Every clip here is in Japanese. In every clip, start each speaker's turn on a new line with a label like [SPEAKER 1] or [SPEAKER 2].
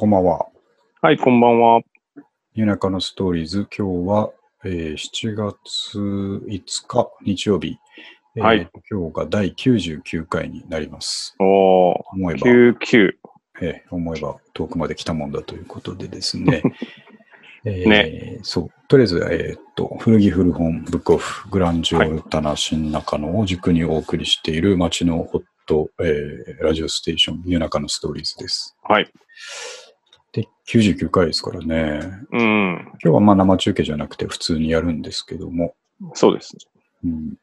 [SPEAKER 1] はい、こんばんは。
[SPEAKER 2] 夜中のストーリーズ、今日は、えー7月5日日曜日、えー
[SPEAKER 1] はい
[SPEAKER 2] 今日が第99回になります。
[SPEAKER 1] おー、
[SPEAKER 2] 思えば、
[SPEAKER 1] 99。
[SPEAKER 2] えー思えば遠くまで来たもんだということでです ね。えーそう。とりあえず、えーっと、古着古本、ブックオフ、グランジオ棚、新中野を軸にお送りしている街のホット、えーラジオステーション、夜中のストーリーズです。
[SPEAKER 1] はい。
[SPEAKER 2] で、99回ですからね。
[SPEAKER 1] うん、
[SPEAKER 2] 今日はまあ生中継じゃなくて普通にやるんですけども、
[SPEAKER 1] そうですね。
[SPEAKER 2] うん、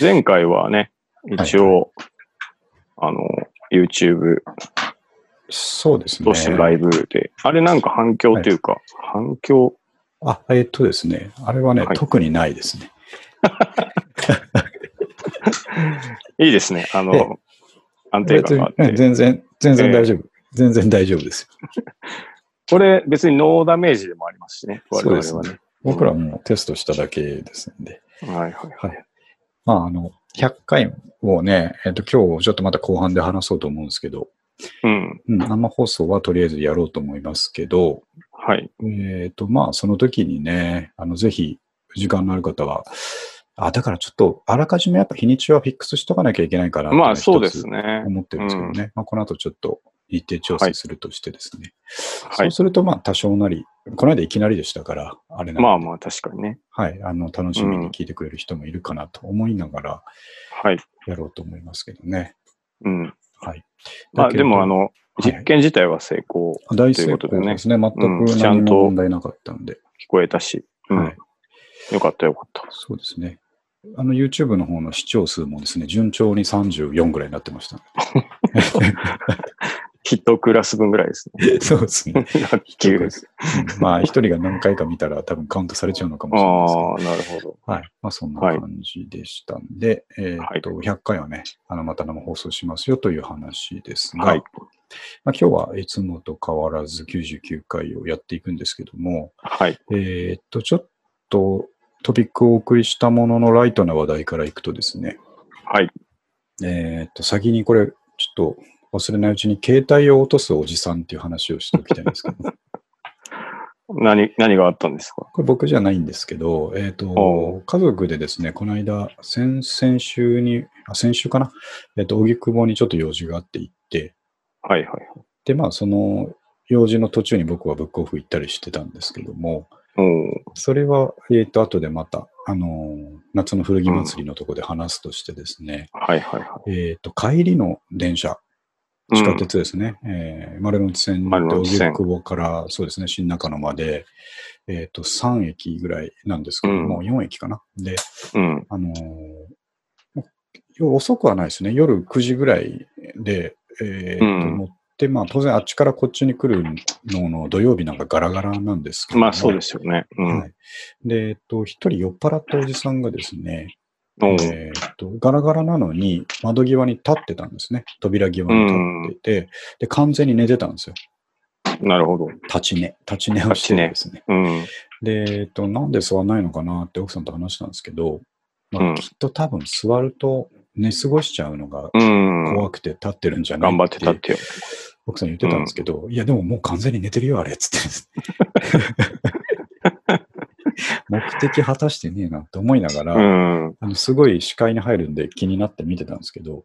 [SPEAKER 1] 前回はね、一応、あの、YouTube
[SPEAKER 2] そうですね
[SPEAKER 1] と。してライブで、あれなんか反響というか、反響、
[SPEAKER 2] あ、えっとですね、あれはね、
[SPEAKER 1] はい
[SPEAKER 2] 特にないですね。
[SPEAKER 1] いいですね。あ
[SPEAKER 2] ええ
[SPEAKER 1] の、安定感があっ
[SPEAKER 2] 別にうん
[SPEAKER 1] て。
[SPEAKER 2] 全然、全然大丈夫。全然大丈夫ですよ。
[SPEAKER 1] これ別にノーダメージでもありますしね、我々
[SPEAKER 2] そう
[SPEAKER 1] は
[SPEAKER 2] です
[SPEAKER 1] ね。
[SPEAKER 2] 僕らもテストしただけですんで。
[SPEAKER 1] はいはい。
[SPEAKER 2] はい。まあ、あの、100回をね、えっと、今日ちょっとまた後半で話そうと思うんですけど、
[SPEAKER 1] うん、
[SPEAKER 2] うん、生放送はとりあえずやろうと思いますけど、
[SPEAKER 1] はい。
[SPEAKER 2] えっ、と、まあ、その時にね、あの、ぜひ、時間のある方は、あ、だからちょっと、あらかじめやっぱ日にちはフィックスしとかなきゃいけないから、
[SPEAKER 1] まあそうです
[SPEAKER 2] ね。
[SPEAKER 1] ね。
[SPEAKER 2] 思ってるんですけどね、まあ、この後ちょっと日程調整するとしてですね、
[SPEAKER 1] はい
[SPEAKER 2] そうすると、まあ、多少なり、この間いきなりでしたから、あれなんで、
[SPEAKER 1] まあまあ確かにね。
[SPEAKER 2] はい、あの楽しみに聞いてくれる人もいるかなと思いながら
[SPEAKER 1] はい。
[SPEAKER 2] やろうと思いますけどね。
[SPEAKER 1] うん。
[SPEAKER 2] はい。
[SPEAKER 1] まあ
[SPEAKER 2] だけれ
[SPEAKER 1] で
[SPEAKER 2] ど
[SPEAKER 1] もあ、の、
[SPEAKER 2] い
[SPEAKER 1] 実験自体は成功
[SPEAKER 2] 大
[SPEAKER 1] という
[SPEAKER 2] 成
[SPEAKER 1] ことで
[SPEAKER 2] 功
[SPEAKER 1] ね
[SPEAKER 2] ですね。全く
[SPEAKER 1] うんちゃ
[SPEAKER 2] 何
[SPEAKER 1] んと
[SPEAKER 2] も問題なかったんで。
[SPEAKER 1] 聞こえたし、うん
[SPEAKER 2] はい。
[SPEAKER 1] よかったよかった。
[SPEAKER 2] そうですね。あの YouTube の方の視聴数もですね、順調に34ぐらいになってました。
[SPEAKER 1] 一クラス分ぐらいです ね。
[SPEAKER 2] そうですね。
[SPEAKER 1] 卓 球。
[SPEAKER 2] うんまあ、一人が何回か見たら多分カウントされちゃうのかもしれないですけど
[SPEAKER 1] ああ、な
[SPEAKER 2] は
[SPEAKER 1] るほど。
[SPEAKER 2] い。まあ、そんな
[SPEAKER 1] はい
[SPEAKER 2] 感じでしたんで、えーっと、100回はね、あの、また生放送しますよという話ですが、
[SPEAKER 1] はい
[SPEAKER 2] まあ、今日はいつもと変わらず99回をやっていくんですけども、
[SPEAKER 1] はい。
[SPEAKER 2] えーっと、ちょっとトピックをお送りしたもののライトな話題からいくとですね、
[SPEAKER 1] はい。
[SPEAKER 2] えーっと、先にこれ、ちょっと忘れないうちに携帯を落とすおじさんっていう話をしておきたいんですけ ど、
[SPEAKER 1] 何、何があったんですか
[SPEAKER 2] これ僕じゃないんですけど、えっ、
[SPEAKER 1] お
[SPEAKER 2] と、家族でですね、この間、先々週に、あ、先週かなえっ、と、荻窪にちょっと用事があって行って、
[SPEAKER 1] はいはい。
[SPEAKER 2] で、まあ、その用事の途中に僕はブックオフ行ったりしてたんですけども、
[SPEAKER 1] おー
[SPEAKER 2] それは、えっ、と、後でまた、あのー夏の古着祭りのとこで話すとしてですね、
[SPEAKER 1] はいはいは
[SPEAKER 2] えっ、と、帰りの電車、
[SPEAKER 1] い。
[SPEAKER 2] 地下鉄ですね。えー丸の内線
[SPEAKER 1] 丸の
[SPEAKER 2] と
[SPEAKER 1] 内
[SPEAKER 2] 荻
[SPEAKER 1] 線
[SPEAKER 2] 窪から、そうですね、新中野まで、えっ、と、3駅ぐらいなんですけども、
[SPEAKER 1] う
[SPEAKER 2] 4駅かな。で、
[SPEAKER 1] うん。うん。
[SPEAKER 2] あのーもう遅くはないですね。夜9時ぐらいで、えーと
[SPEAKER 1] うん
[SPEAKER 2] 乗って、まあ、当然あっちからこっちに来るのの土曜日なんかガラガラなんですけども、
[SPEAKER 1] まあそうですよね。うん。
[SPEAKER 2] はい。で、えっ、と、一人酔っ払ったおじさんがですね、
[SPEAKER 1] おー
[SPEAKER 2] えーっと、ガラガラなのに窓際に立ってたんですね。扉際に立ってて、で、完全に寝てたんですよ。
[SPEAKER 1] なるほど。
[SPEAKER 2] 立ち寝。立ち寝をしてるんですね。
[SPEAKER 1] うん。
[SPEAKER 2] で、えっと、なんで座らないのかなって奥さんと話したんですけど、まあ
[SPEAKER 1] うん
[SPEAKER 2] きっと多分座ると寝過ごしちゃうのが
[SPEAKER 1] うん。
[SPEAKER 2] 怖くて立ってるんじゃない
[SPEAKER 1] 頑張ってたってよ。
[SPEAKER 2] 奥さん言ってたんですけど、いや、でももう完全に寝てるよ、あれ、つ って。 目的果たしてねえなって思いながら、
[SPEAKER 1] うん。うん。
[SPEAKER 2] あのすごい視界に入るんで気になって見てたんですけど、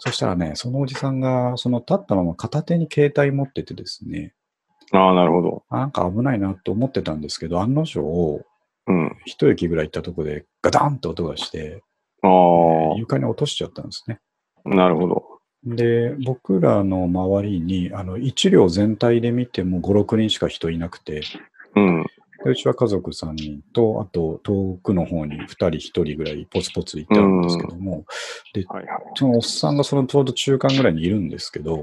[SPEAKER 2] そしたらね、そのおじさんが、その立ったまま片手に携帯持っててですね、
[SPEAKER 1] ああ、なるほど。
[SPEAKER 2] あなんか危ないなと思ってたんですけど、案の定、
[SPEAKER 1] うん。
[SPEAKER 2] 一駅ぐらい行ったとこでガダンと音がして、
[SPEAKER 1] あ
[SPEAKER 2] 床に落としちゃったんですね。
[SPEAKER 1] あ、なるほど。
[SPEAKER 2] で、僕らの周りに、あの、一両全体で見ても5、6人しか人いなくて、
[SPEAKER 1] うん。
[SPEAKER 2] でうちは家族3人と、あと遠くの方に2人、1人ぐらいポツポツいたんですけども、
[SPEAKER 1] はいはい。
[SPEAKER 2] そのおっさんがそのちょうど中間ぐらいにいるんですけど、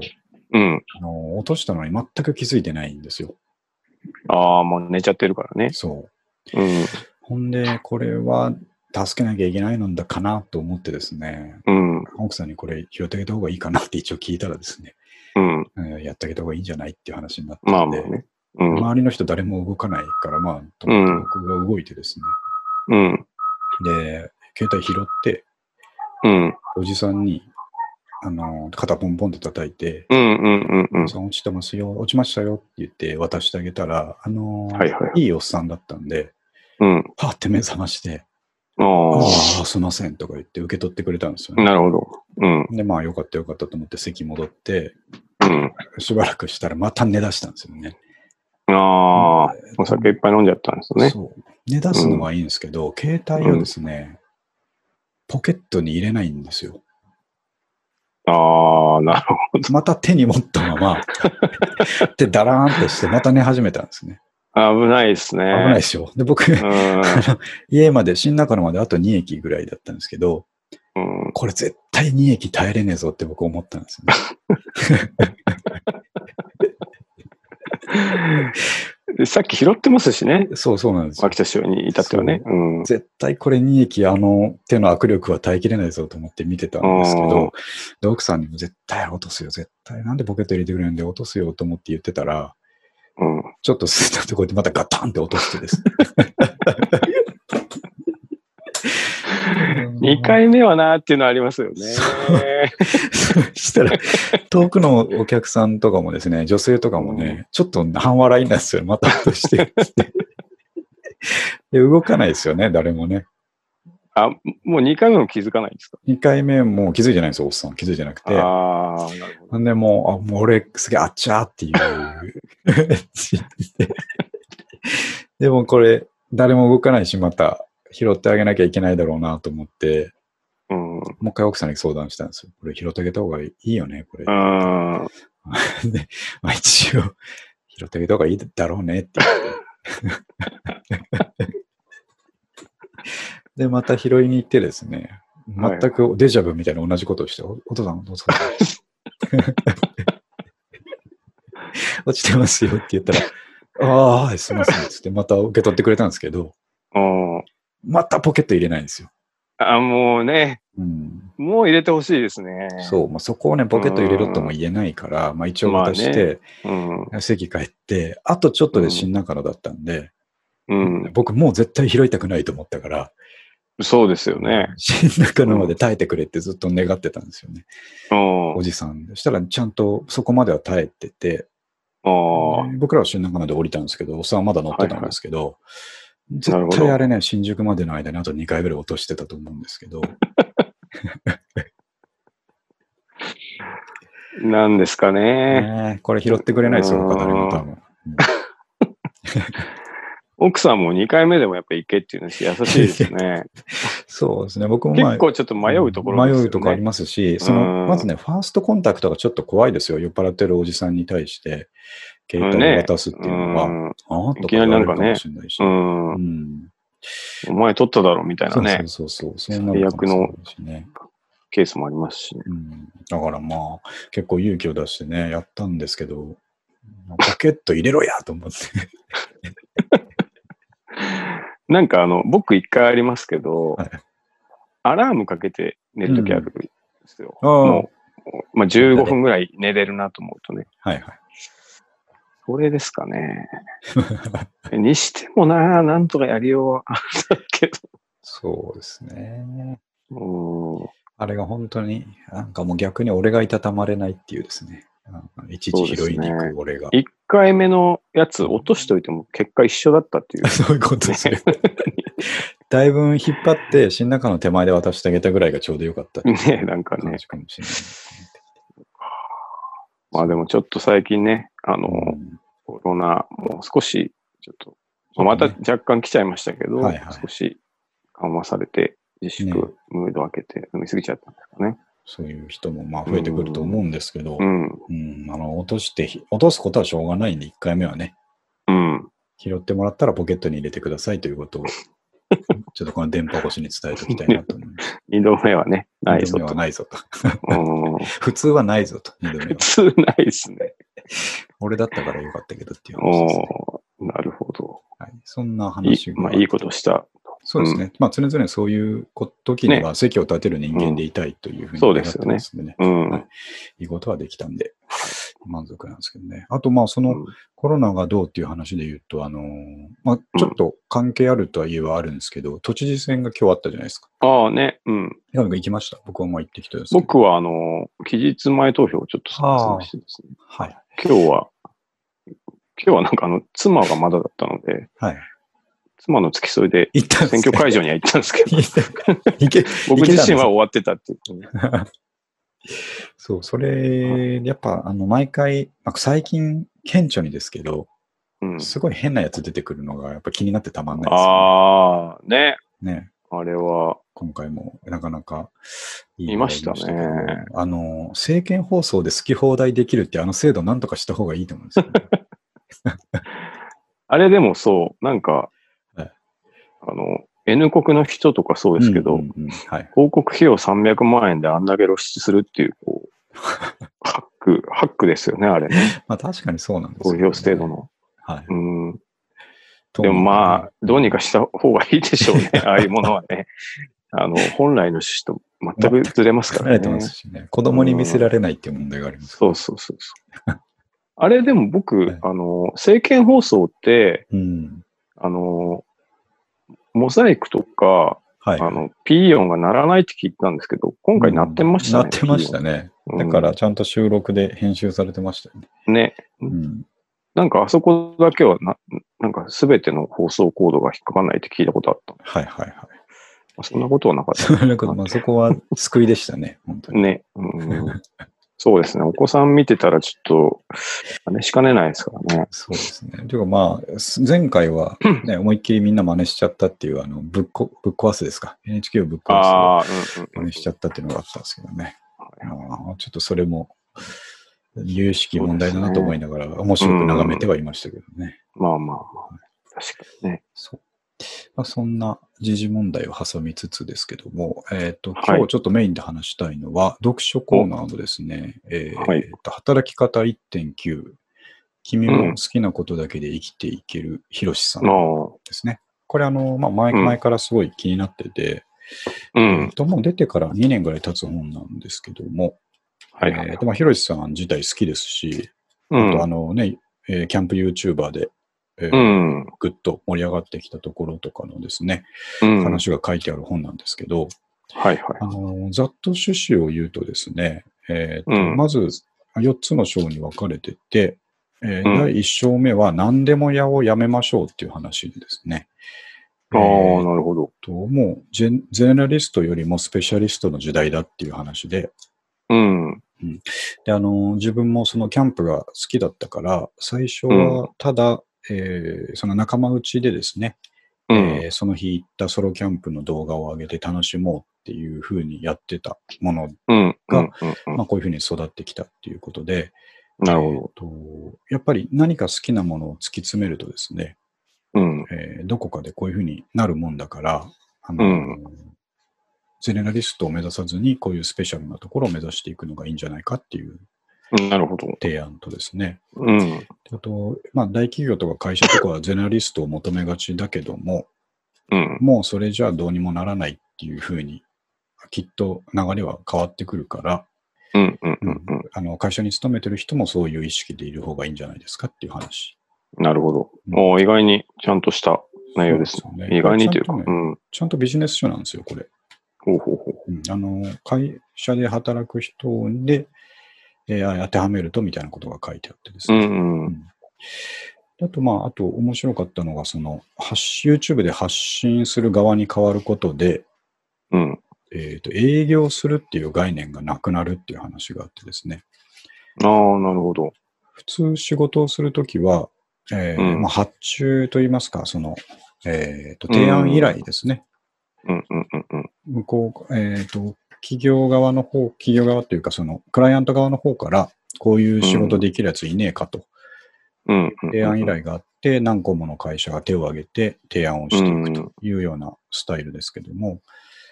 [SPEAKER 1] うん。
[SPEAKER 2] あの落としたのに全く気づいてないんですよ。
[SPEAKER 1] ああ、もう寝ちゃってるからね。
[SPEAKER 2] そう。
[SPEAKER 1] うん。
[SPEAKER 2] ほんで、これは助けなきゃいけないのだかなと思ってですね、
[SPEAKER 1] うん。
[SPEAKER 2] 奥さんにこれ拾ってあげた方がいいかなって一応聞いたらですね、
[SPEAKER 1] うん。
[SPEAKER 2] うんやってあげた方がいいんじゃないっていう話になって、
[SPEAKER 1] まあまあね。うん。
[SPEAKER 2] 周りの人誰も動かないから、まあ、と思って
[SPEAKER 1] うん
[SPEAKER 2] 僕が動いてですね、
[SPEAKER 1] うん。
[SPEAKER 2] で、携帯拾って、
[SPEAKER 1] うん。
[SPEAKER 2] おじさんに、あの、肩ポンポンと叩いて、
[SPEAKER 1] うんうんうんうん。
[SPEAKER 2] さん落ちてますよ、落ちましたよって言って渡してあげたら、あのー
[SPEAKER 1] はいはい
[SPEAKER 2] いおっさんだったんで、
[SPEAKER 1] うん。
[SPEAKER 2] パーって目覚まして、あ
[SPEAKER 1] あ
[SPEAKER 2] あ、すいませんとか言って受け取ってくれたんですよ
[SPEAKER 1] あ、
[SPEAKER 2] ね。
[SPEAKER 1] なるほど。うん。
[SPEAKER 2] で、まあ、よかったよかったと思って席戻って、
[SPEAKER 1] うん。
[SPEAKER 2] しばらくしたらまた寝出したんですよね。
[SPEAKER 1] ああ、お酒いっぱい飲んじゃったんですね。
[SPEAKER 2] そう。寝出すのはいいんですけど、携帯をですね、ポケットに入れないんですよ。
[SPEAKER 1] ああ、なるほ
[SPEAKER 2] また手に持ったまま、 で、だらーんとして、また寝始めたんですね。
[SPEAKER 1] ど。危ないですね。
[SPEAKER 2] 危ないですよ。で、僕、あの家まで、新中野まであと2駅ぐらいだったんですけど、
[SPEAKER 1] うん。うん。
[SPEAKER 2] これ絶対2駅耐えれねえぞって僕思ったんですね。
[SPEAKER 1] でさっき拾ってますしね。
[SPEAKER 2] そうそうなんですよ
[SPEAKER 1] 秋。田市に至ってはね。うん。
[SPEAKER 2] 絶対これ2駅あの手の握力は耐えきれないぞと思って見てたんですけ
[SPEAKER 1] うん
[SPEAKER 2] ど、で奥さんにも絶対落とすよ、絶対。なんでポケット入れてくれるんで落とすよと思って言ってたら、
[SPEAKER 1] うん。
[SPEAKER 2] ちょっと吸ったところでまたガタンって落として です。
[SPEAKER 1] 2回目はなーっていうのはありますよね。
[SPEAKER 2] そしたら、遠くのお客さんとかもですね、女性とかもね、ちょっと半笑いなんですよ、また落としてるって。で、動かないですよね、誰もね。
[SPEAKER 1] あ、もう2回目も気づかないんですか
[SPEAKER 2] 2回目もう気づいてないんですよ、おっさん。気づいてなくて。
[SPEAKER 1] ああ、なるほど。
[SPEAKER 2] なんでもう、あ、もう俺、すげえあっちゃーっていう。 でもこれ、誰も動かないし、また拾ってあげなきゃいけないだろうなと思って、
[SPEAKER 1] うん。う
[SPEAKER 2] もう一回奥さんに相談したんですよ。これ拾ってあげた方がいいよね、これ。
[SPEAKER 1] ん。
[SPEAKER 2] で、 まあ一応、拾ってあげた方がいいだろうねって言って。 で、また拾いに行ってですね、
[SPEAKER 1] はい
[SPEAKER 2] 全くデジャブみたいな同じことをして、おお父さん、お父 さん。落ちてますよって言ったら、ああ、はいすいません。つって、また受け取ってくれたんですけど、
[SPEAKER 1] うん
[SPEAKER 2] またポケット入れないんですよ。
[SPEAKER 1] あ、もうね、
[SPEAKER 2] うん、
[SPEAKER 1] もう入れてほしいですね。
[SPEAKER 2] そう、まあ、そこをね、ポケット入れろとも言えないから、まあ一応渡して、
[SPEAKER 1] う。うん。
[SPEAKER 2] 席帰って、あとちょっと
[SPEAKER 1] う
[SPEAKER 2] で
[SPEAKER 1] ん
[SPEAKER 2] 新中野だったんで、
[SPEAKER 1] うん。
[SPEAKER 2] 僕もう絶対拾いたくないと思ったから、
[SPEAKER 1] そうですよね。
[SPEAKER 2] 新中野まで耐えてくれってずっと願ってたんですよね、
[SPEAKER 1] うん。
[SPEAKER 2] おじさん。そしたらちゃんとそこまでは耐えてて、
[SPEAKER 1] ああ。
[SPEAKER 2] で僕らは新中野で降りたんですけど、おっさんはまだ乗ってたんですけど、
[SPEAKER 1] なるほど
[SPEAKER 2] 絶対あれね、新宿までの間にあと2回ぐらい落としてたと思うんですけど、
[SPEAKER 1] なんですかね。
[SPEAKER 2] ねえこれ拾ってくれないですよ、
[SPEAKER 1] うん
[SPEAKER 2] 他誰も多分。うん
[SPEAKER 1] 奥さんも2回目でもやっぱ行けっていうのし優しいで すね。
[SPEAKER 2] そうですね、僕もまあ
[SPEAKER 1] 結構ちょっと迷うところですよね。
[SPEAKER 2] 迷うとこありますし、その、
[SPEAKER 1] うん
[SPEAKER 2] まずね、ファーストコンタクトがちょっと怖いですよ。酔っ払ってるおじさんに対して、携帯を渡すっていうのは、ああとか言われるかもしれないし。
[SPEAKER 1] うん。うん。
[SPEAKER 2] ん。
[SPEAKER 1] お前取っただろみたいな
[SPEAKER 2] そ
[SPEAKER 1] ね、
[SPEAKER 2] うそうそうそう。そうなるかもしれないしね。
[SPEAKER 1] ケースもありますしね。
[SPEAKER 2] うん。だからまあ、結構勇気を出してね、やったんですけど、ポケット入れろやと 思って。
[SPEAKER 1] なんかあの、僕一回ありますけど、
[SPEAKER 2] はい
[SPEAKER 1] アラームかけて寝るときあるんですよ。
[SPEAKER 2] ああはい
[SPEAKER 1] もう、まあ、15分ぐらい寝れるなと思うとね。
[SPEAKER 2] はい。
[SPEAKER 1] それです かね。にしてもな、なんとかやりようはあるけ
[SPEAKER 2] そうですね。
[SPEAKER 1] ど。うん
[SPEAKER 2] あれが本当に、なんかもう逆に俺がいたたまれないっていうですね。なんかいちいち拾いに行
[SPEAKER 1] そうですね
[SPEAKER 2] く俺が。。
[SPEAKER 1] 一回目のやつ落としといても結果一緒だったっていう
[SPEAKER 2] そういうことですよ。だいぶん引っ張って、新中の手前で渡してあげたぐらいがちょうどよかったっていう
[SPEAKER 1] ねなんか
[SPEAKER 2] 感
[SPEAKER 1] ね。
[SPEAKER 2] じかもしれな
[SPEAKER 1] まあでもちょっと最近ね、あの、
[SPEAKER 2] い。うん
[SPEAKER 1] コロナ、もう少し、ちょっと、まあまた
[SPEAKER 2] そうね
[SPEAKER 1] 若干来ちゃいましたけど、
[SPEAKER 2] はいはい
[SPEAKER 1] 少し緩和されて、自
[SPEAKER 2] ね
[SPEAKER 1] 粛、ムード開けて飲みすぎちゃったんですかね。
[SPEAKER 2] そういう人もまあ増えてくると思うんですけど
[SPEAKER 1] う、ん。
[SPEAKER 2] うんあの落としてひ、落とすことはしょうがないんで、1回目はね、
[SPEAKER 1] うん。
[SPEAKER 2] 拾ってもらったらポケットに入れてくださいという ことを、ちょっとこの電波越しに伝えておきたいなと思います。
[SPEAKER 1] 二度目はね、ない
[SPEAKER 2] 二度
[SPEAKER 1] ぞ
[SPEAKER 2] 目は
[SPEAKER 1] と。
[SPEAKER 2] ないぞと。
[SPEAKER 1] うん。
[SPEAKER 2] 普通はないぞと。二度目は
[SPEAKER 1] 普通ないです ね。
[SPEAKER 2] 俺だったからよかったけどっていう話ですね、
[SPEAKER 1] おーなるほど。
[SPEAKER 2] はい。そんない話
[SPEAKER 1] い、
[SPEAKER 2] が
[SPEAKER 1] まあいいことした。
[SPEAKER 2] そうですね。まあ、常々そういうこ時には席を立てる人間でいたいというふうに
[SPEAKER 1] そう
[SPEAKER 2] 思っ
[SPEAKER 1] で
[SPEAKER 2] て
[SPEAKER 1] すよね
[SPEAKER 2] ますんでね。
[SPEAKER 1] うん。
[SPEAKER 2] はいいいことはできたんで、満足なんですけどね。あと、まあ、そうの
[SPEAKER 1] ん
[SPEAKER 2] コロナがどうっていう話で言うと、あのーまあ、ちょっと関係あるとは言えばあるんですけど、都知事選が今日あったじゃないですか。
[SPEAKER 1] ああね、うん。
[SPEAKER 2] 平野君行きました僕はもう行ってきたんですけど。
[SPEAKER 1] 僕は、あの、期日前投票をちょっと参加してですね。
[SPEAKER 2] はい。
[SPEAKER 1] 今日は、今日はなんかあの、妻がまだだったので、
[SPEAKER 2] はい。
[SPEAKER 1] 妻の付き添いで
[SPEAKER 2] 行ったんで
[SPEAKER 1] 選
[SPEAKER 2] すけ
[SPEAKER 1] 挙
[SPEAKER 2] ど
[SPEAKER 1] 会場には行ったんですけど、
[SPEAKER 2] 行け、行
[SPEAKER 1] 僕
[SPEAKER 2] けたんです
[SPEAKER 1] 自身は終わってたっていう、ね。
[SPEAKER 2] そう、それ、やっぱ、あの、毎回、まあ、最近、顕著にですけど、
[SPEAKER 1] うん。
[SPEAKER 2] すごい変なやつ出てくるのが、やっぱ気になってたまんないですよ
[SPEAKER 1] ああ、ね。
[SPEAKER 2] ね。ね
[SPEAKER 1] あれは、
[SPEAKER 2] 今回もなかなかい
[SPEAKER 1] いましたね
[SPEAKER 2] 話でけどあの、政見放送で好き放題できるって、あの制度なんとかした方がいいと思うんですよね、
[SPEAKER 1] あれでもそう、なんか、
[SPEAKER 2] はい
[SPEAKER 1] あの、N 国の人とかそうですけど、
[SPEAKER 2] うんうんうんはい。
[SPEAKER 1] 広告費用300万円であんだけ露出するっていう、こう、 ハック、ハックですよね、あれね。
[SPEAKER 2] まあ確かにそうなんですよ
[SPEAKER 1] 投
[SPEAKER 2] ね
[SPEAKER 1] 票制度。の。
[SPEAKER 2] はい。
[SPEAKER 1] うん。
[SPEAKER 2] と
[SPEAKER 1] で
[SPEAKER 2] 思う
[SPEAKER 1] もまあ、どうにかした方がいいでしょう ね、ああいうものはね。あの、本来の趣旨と全くずれますか
[SPEAKER 2] 離
[SPEAKER 1] ら
[SPEAKER 2] れてま
[SPEAKER 1] ね。
[SPEAKER 2] すしね。子供に見せられないっていう問題があります。
[SPEAKER 1] そうそうそうそう。あれでも
[SPEAKER 2] はい
[SPEAKER 1] 僕、あの、政見放送って、
[SPEAKER 2] うん。
[SPEAKER 1] あの、モザイクとか、
[SPEAKER 2] はい。
[SPEAKER 1] あの、ピーヨンが鳴らないって聞いてたんですけど、今回鳴ってましたね。
[SPEAKER 2] なってましたね。
[SPEAKER 1] ピーヨ
[SPEAKER 2] だ
[SPEAKER 1] ン。
[SPEAKER 2] から、ちゃんと収録で編集されてましたよね。
[SPEAKER 1] うんね。
[SPEAKER 2] うん。
[SPEAKER 1] なんかあそこだけはな、なんかすべての放送コードが引っかかんないって聞いたことあった。
[SPEAKER 2] はいはい はい。
[SPEAKER 1] そんなことはなかった
[SPEAKER 2] そ。れこそまあそこは救いでした ね、本当に。
[SPEAKER 1] ね、 うん、そうですね。お子さん見てたらちょっと、ね、しかねないですからね。
[SPEAKER 2] そうですね。ていうかまあ、す前回は、 ね、思いっきりみんな真似しちゃったっていう、あの、ぶっこ、ぶっ壊すですか。NHK をぶっ壊
[SPEAKER 1] ああ、
[SPEAKER 2] す。真似しちゃったっていうのがあったんですけどね。
[SPEAKER 1] はい
[SPEAKER 2] ああちょっとそれも、有識問題だなと思いながら、面白く眺めてはいましたけどね。
[SPEAKER 1] まあまあまあ。確かにね。
[SPEAKER 2] そう。まあ、そんな時事問題を挟みつつですけども、えっ、と、
[SPEAKER 1] はい
[SPEAKER 2] 今日ちょっとメインで話したいのは、読書コーナーのですね、えー
[SPEAKER 1] はい
[SPEAKER 2] と働き方1.9、君も好きなことだけで生きていけるひろしさん
[SPEAKER 1] まあ、
[SPEAKER 2] ですね。これ、あの、まあ前、
[SPEAKER 1] うん
[SPEAKER 2] 前からすごい気になってて、
[SPEAKER 1] う
[SPEAKER 2] えっ
[SPEAKER 1] ん。
[SPEAKER 2] と、もう出てから2年ぐらい経つ本なんですけども、
[SPEAKER 1] はいは
[SPEAKER 2] え
[SPEAKER 1] い
[SPEAKER 2] っ
[SPEAKER 1] はい。
[SPEAKER 2] と、まあ、ひろしさん自体好きですし、
[SPEAKER 1] う
[SPEAKER 2] あとあ
[SPEAKER 1] ん。
[SPEAKER 2] のね、えーキャンプ YouTuber で、えー
[SPEAKER 1] うん。
[SPEAKER 2] ぐっと盛り上がってきたところとかのですね、
[SPEAKER 1] うん。はい
[SPEAKER 2] 話が書いてある本なんですけど、
[SPEAKER 1] はい。
[SPEAKER 2] あのざっと趣旨を言うとですね、えーと
[SPEAKER 1] うん
[SPEAKER 2] まず4つの章に分かれてて、えー
[SPEAKER 1] うん
[SPEAKER 2] 第1章目は何でも屋をやめましょうっていう話ですね。
[SPEAKER 1] ああ、
[SPEAKER 2] えー
[SPEAKER 1] なるほど。
[SPEAKER 2] ともうジェンゼネラリストよりもスペシャリストの時代だっていう話で、
[SPEAKER 1] うん。
[SPEAKER 2] で、あの、自分もそのキャンプが好きだったから、最初はただ、えーその仲間内でですね、
[SPEAKER 1] うん。
[SPEAKER 2] えーその日行ったソロキャンプの動画を上げて楽しもうっていうふうにやってたもの、
[SPEAKER 1] うん。うん。
[SPEAKER 2] まあ、こういうふうに育ってきたっていうことで、
[SPEAKER 1] なるほど。
[SPEAKER 2] えーとやっぱり何か好きなものを突き詰めるとですね、
[SPEAKER 1] うん。
[SPEAKER 2] えーどこかでこういうふうになるもんだから、あの
[SPEAKER 1] うん
[SPEAKER 2] ゼネラリストを目指さずに、こういうスペシャルなところを目指していくのがいいんじゃないかっていう
[SPEAKER 1] なるほど。
[SPEAKER 2] 提案とですね、
[SPEAKER 1] うん。
[SPEAKER 2] あと、まあ、大企業とか会社とかはゼネラリストを求めがちだけども、
[SPEAKER 1] うん。
[SPEAKER 2] もうそれじゃどうにもならないっていうふうに、きっと流れは変わってくるから、
[SPEAKER 1] うん。うん。うん。うん
[SPEAKER 2] あの会社に勤めてる人もそういう意識でいる方がいいんじゃないですかっていう話。
[SPEAKER 1] なるほど。
[SPEAKER 2] うん
[SPEAKER 1] おー意外にちゃんとした内容です
[SPEAKER 2] そうですよ
[SPEAKER 1] ね。
[SPEAKER 2] ね
[SPEAKER 1] 意外にという
[SPEAKER 2] ち
[SPEAKER 1] か。
[SPEAKER 2] ゃん
[SPEAKER 1] う
[SPEAKER 2] と
[SPEAKER 1] ん。
[SPEAKER 2] ちゃんとビジネス書なんですよ、これ。
[SPEAKER 1] ほうほうほ
[SPEAKER 2] う
[SPEAKER 1] う。
[SPEAKER 2] んあの会社で働く人で、えー当てはめるとみたいなことが書いてあってです
[SPEAKER 1] う
[SPEAKER 2] ね。
[SPEAKER 1] ん。うん。
[SPEAKER 2] あと、まあ、あと面白かったのが、その、発 YouTube で発信する側に変わることで、
[SPEAKER 1] うん。
[SPEAKER 2] えっ、と、営業するっていう概念がなくなるっていう話があってですね。
[SPEAKER 1] ああ、なるほど。
[SPEAKER 2] 普通仕事をするときは、えー
[SPEAKER 1] うん
[SPEAKER 2] まあ、発注といいますか、その、えっ、と、提案依頼ですね。
[SPEAKER 1] うん。うん。うん。うん。
[SPEAKER 2] 向こう、えっ、と、企業側の方、企業側というか、その、クライアント側の方から、こういう仕事できるやついねえかと、
[SPEAKER 1] うんうんうん
[SPEAKER 2] 提案依頼があって、何個もの会社が手を挙げて提案をしていくというようなスタイルですけども、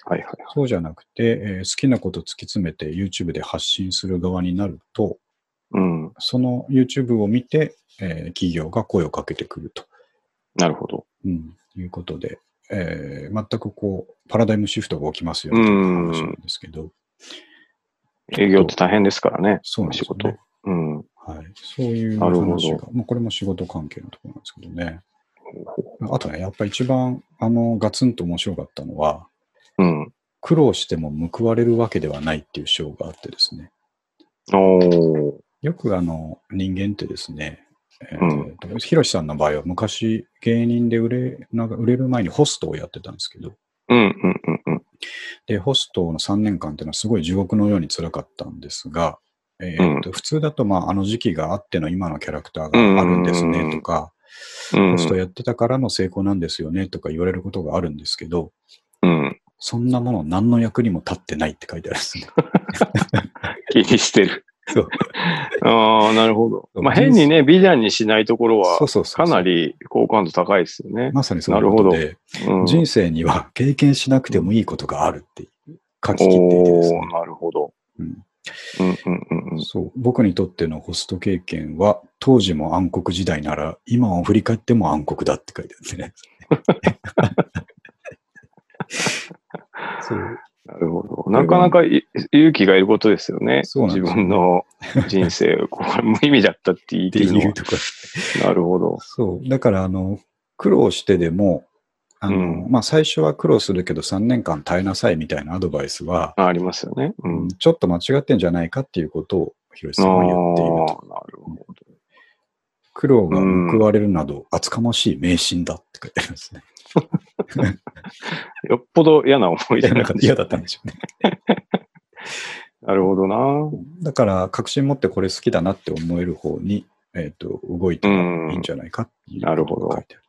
[SPEAKER 1] はいはい。
[SPEAKER 2] そうじゃなくて、えー好きなこと突き詰めて YouTube で発信する側になると、
[SPEAKER 1] うん。
[SPEAKER 2] その YouTube を見て、えー企業が声をかけてくると、
[SPEAKER 1] なるほど。
[SPEAKER 2] うんいうことで、えー全くこう、パラダイムシフトが起きますよという話なんですけど、
[SPEAKER 1] 営業って大変ですからね。
[SPEAKER 2] そうなんですよね
[SPEAKER 1] 仕事うん。
[SPEAKER 2] はい、そういう
[SPEAKER 1] なるほ
[SPEAKER 2] 話
[SPEAKER 1] ど
[SPEAKER 2] が、まあ、これも仕事関係のところなんですけどね。あとね、やっぱ一番あのガツンと面白かったのは、
[SPEAKER 1] うん。
[SPEAKER 2] 苦労しても報われるわけではないっていう章があってですね、
[SPEAKER 1] おー。
[SPEAKER 2] よくあの人間ってですね、え
[SPEAKER 1] う
[SPEAKER 2] ーとひろしさんの場合は昔芸人で売れなんか売れる前にホストをやってたんですけど、
[SPEAKER 1] うんうんうんうん。
[SPEAKER 2] で、ホストの3年間っていうのはすごい地獄のように辛かったんですが、えーと普通だと、まあ、あの時期があっての今のキャラクターがあるんですねとか、
[SPEAKER 1] うん
[SPEAKER 2] ホストやってたからの成功なんですよねとか言われることがあるんですけど、
[SPEAKER 1] うん。
[SPEAKER 2] そんなもの何の役にも立ってないって書いてあるんですね。
[SPEAKER 1] 気にしてる。
[SPEAKER 2] そう
[SPEAKER 1] ああ、なるほど。
[SPEAKER 2] そう
[SPEAKER 1] まあ変にね、美談にしないところは
[SPEAKER 2] そう、そうそう
[SPEAKER 1] かな。り好感度高いですよね。
[SPEAKER 2] まさにそういうこと
[SPEAKER 1] な
[SPEAKER 2] で、
[SPEAKER 1] うん
[SPEAKER 2] 人生には経験しなくてもいいことがあるって書き切っていてです
[SPEAKER 1] お
[SPEAKER 2] ね
[SPEAKER 1] ー、。なるほど。
[SPEAKER 2] うん
[SPEAKER 1] うんうんうんうん。
[SPEAKER 2] そう僕にとってのホスト経験は当時も暗黒時代なら今を振り返っても暗黒だって書いてあって ね。そう
[SPEAKER 1] なるほど。なかなかい勇気がいることですよね。
[SPEAKER 2] そうなんです
[SPEAKER 1] 自
[SPEAKER 2] よ
[SPEAKER 1] 分の人生を、これ無意味だったって言い
[SPEAKER 2] って
[SPEAKER 1] 切るの
[SPEAKER 2] い
[SPEAKER 1] は
[SPEAKER 2] う。ところ
[SPEAKER 1] なるほど。
[SPEAKER 2] そうだからあの苦労してでもあの、
[SPEAKER 1] うん
[SPEAKER 2] まあ、最初は苦労するけど3年間耐えなさいみたいなアドバイスは、
[SPEAKER 1] ありますよね。うん。
[SPEAKER 2] ちょっと間違ってんじゃないかっていうことを広
[SPEAKER 1] あ
[SPEAKER 2] 瀬
[SPEAKER 1] あ
[SPEAKER 2] さんは
[SPEAKER 1] ー、な
[SPEAKER 2] 言
[SPEAKER 1] る
[SPEAKER 2] っていると。
[SPEAKER 1] ほど。
[SPEAKER 2] 苦労が報われるなど厚かましい迷信だって書いてありますね。
[SPEAKER 1] よっぽど嫌な思い出
[SPEAKER 2] なんか 嫌だった
[SPEAKER 1] ね
[SPEAKER 2] んでしょうね。
[SPEAKER 1] なるほどな。
[SPEAKER 2] だから、確信持ってこれ好きだなって思える方に、えっ、と、動いたらいいんじゃないかっていう
[SPEAKER 1] うんなるほ
[SPEAKER 2] こと
[SPEAKER 1] ど
[SPEAKER 2] が書いてある。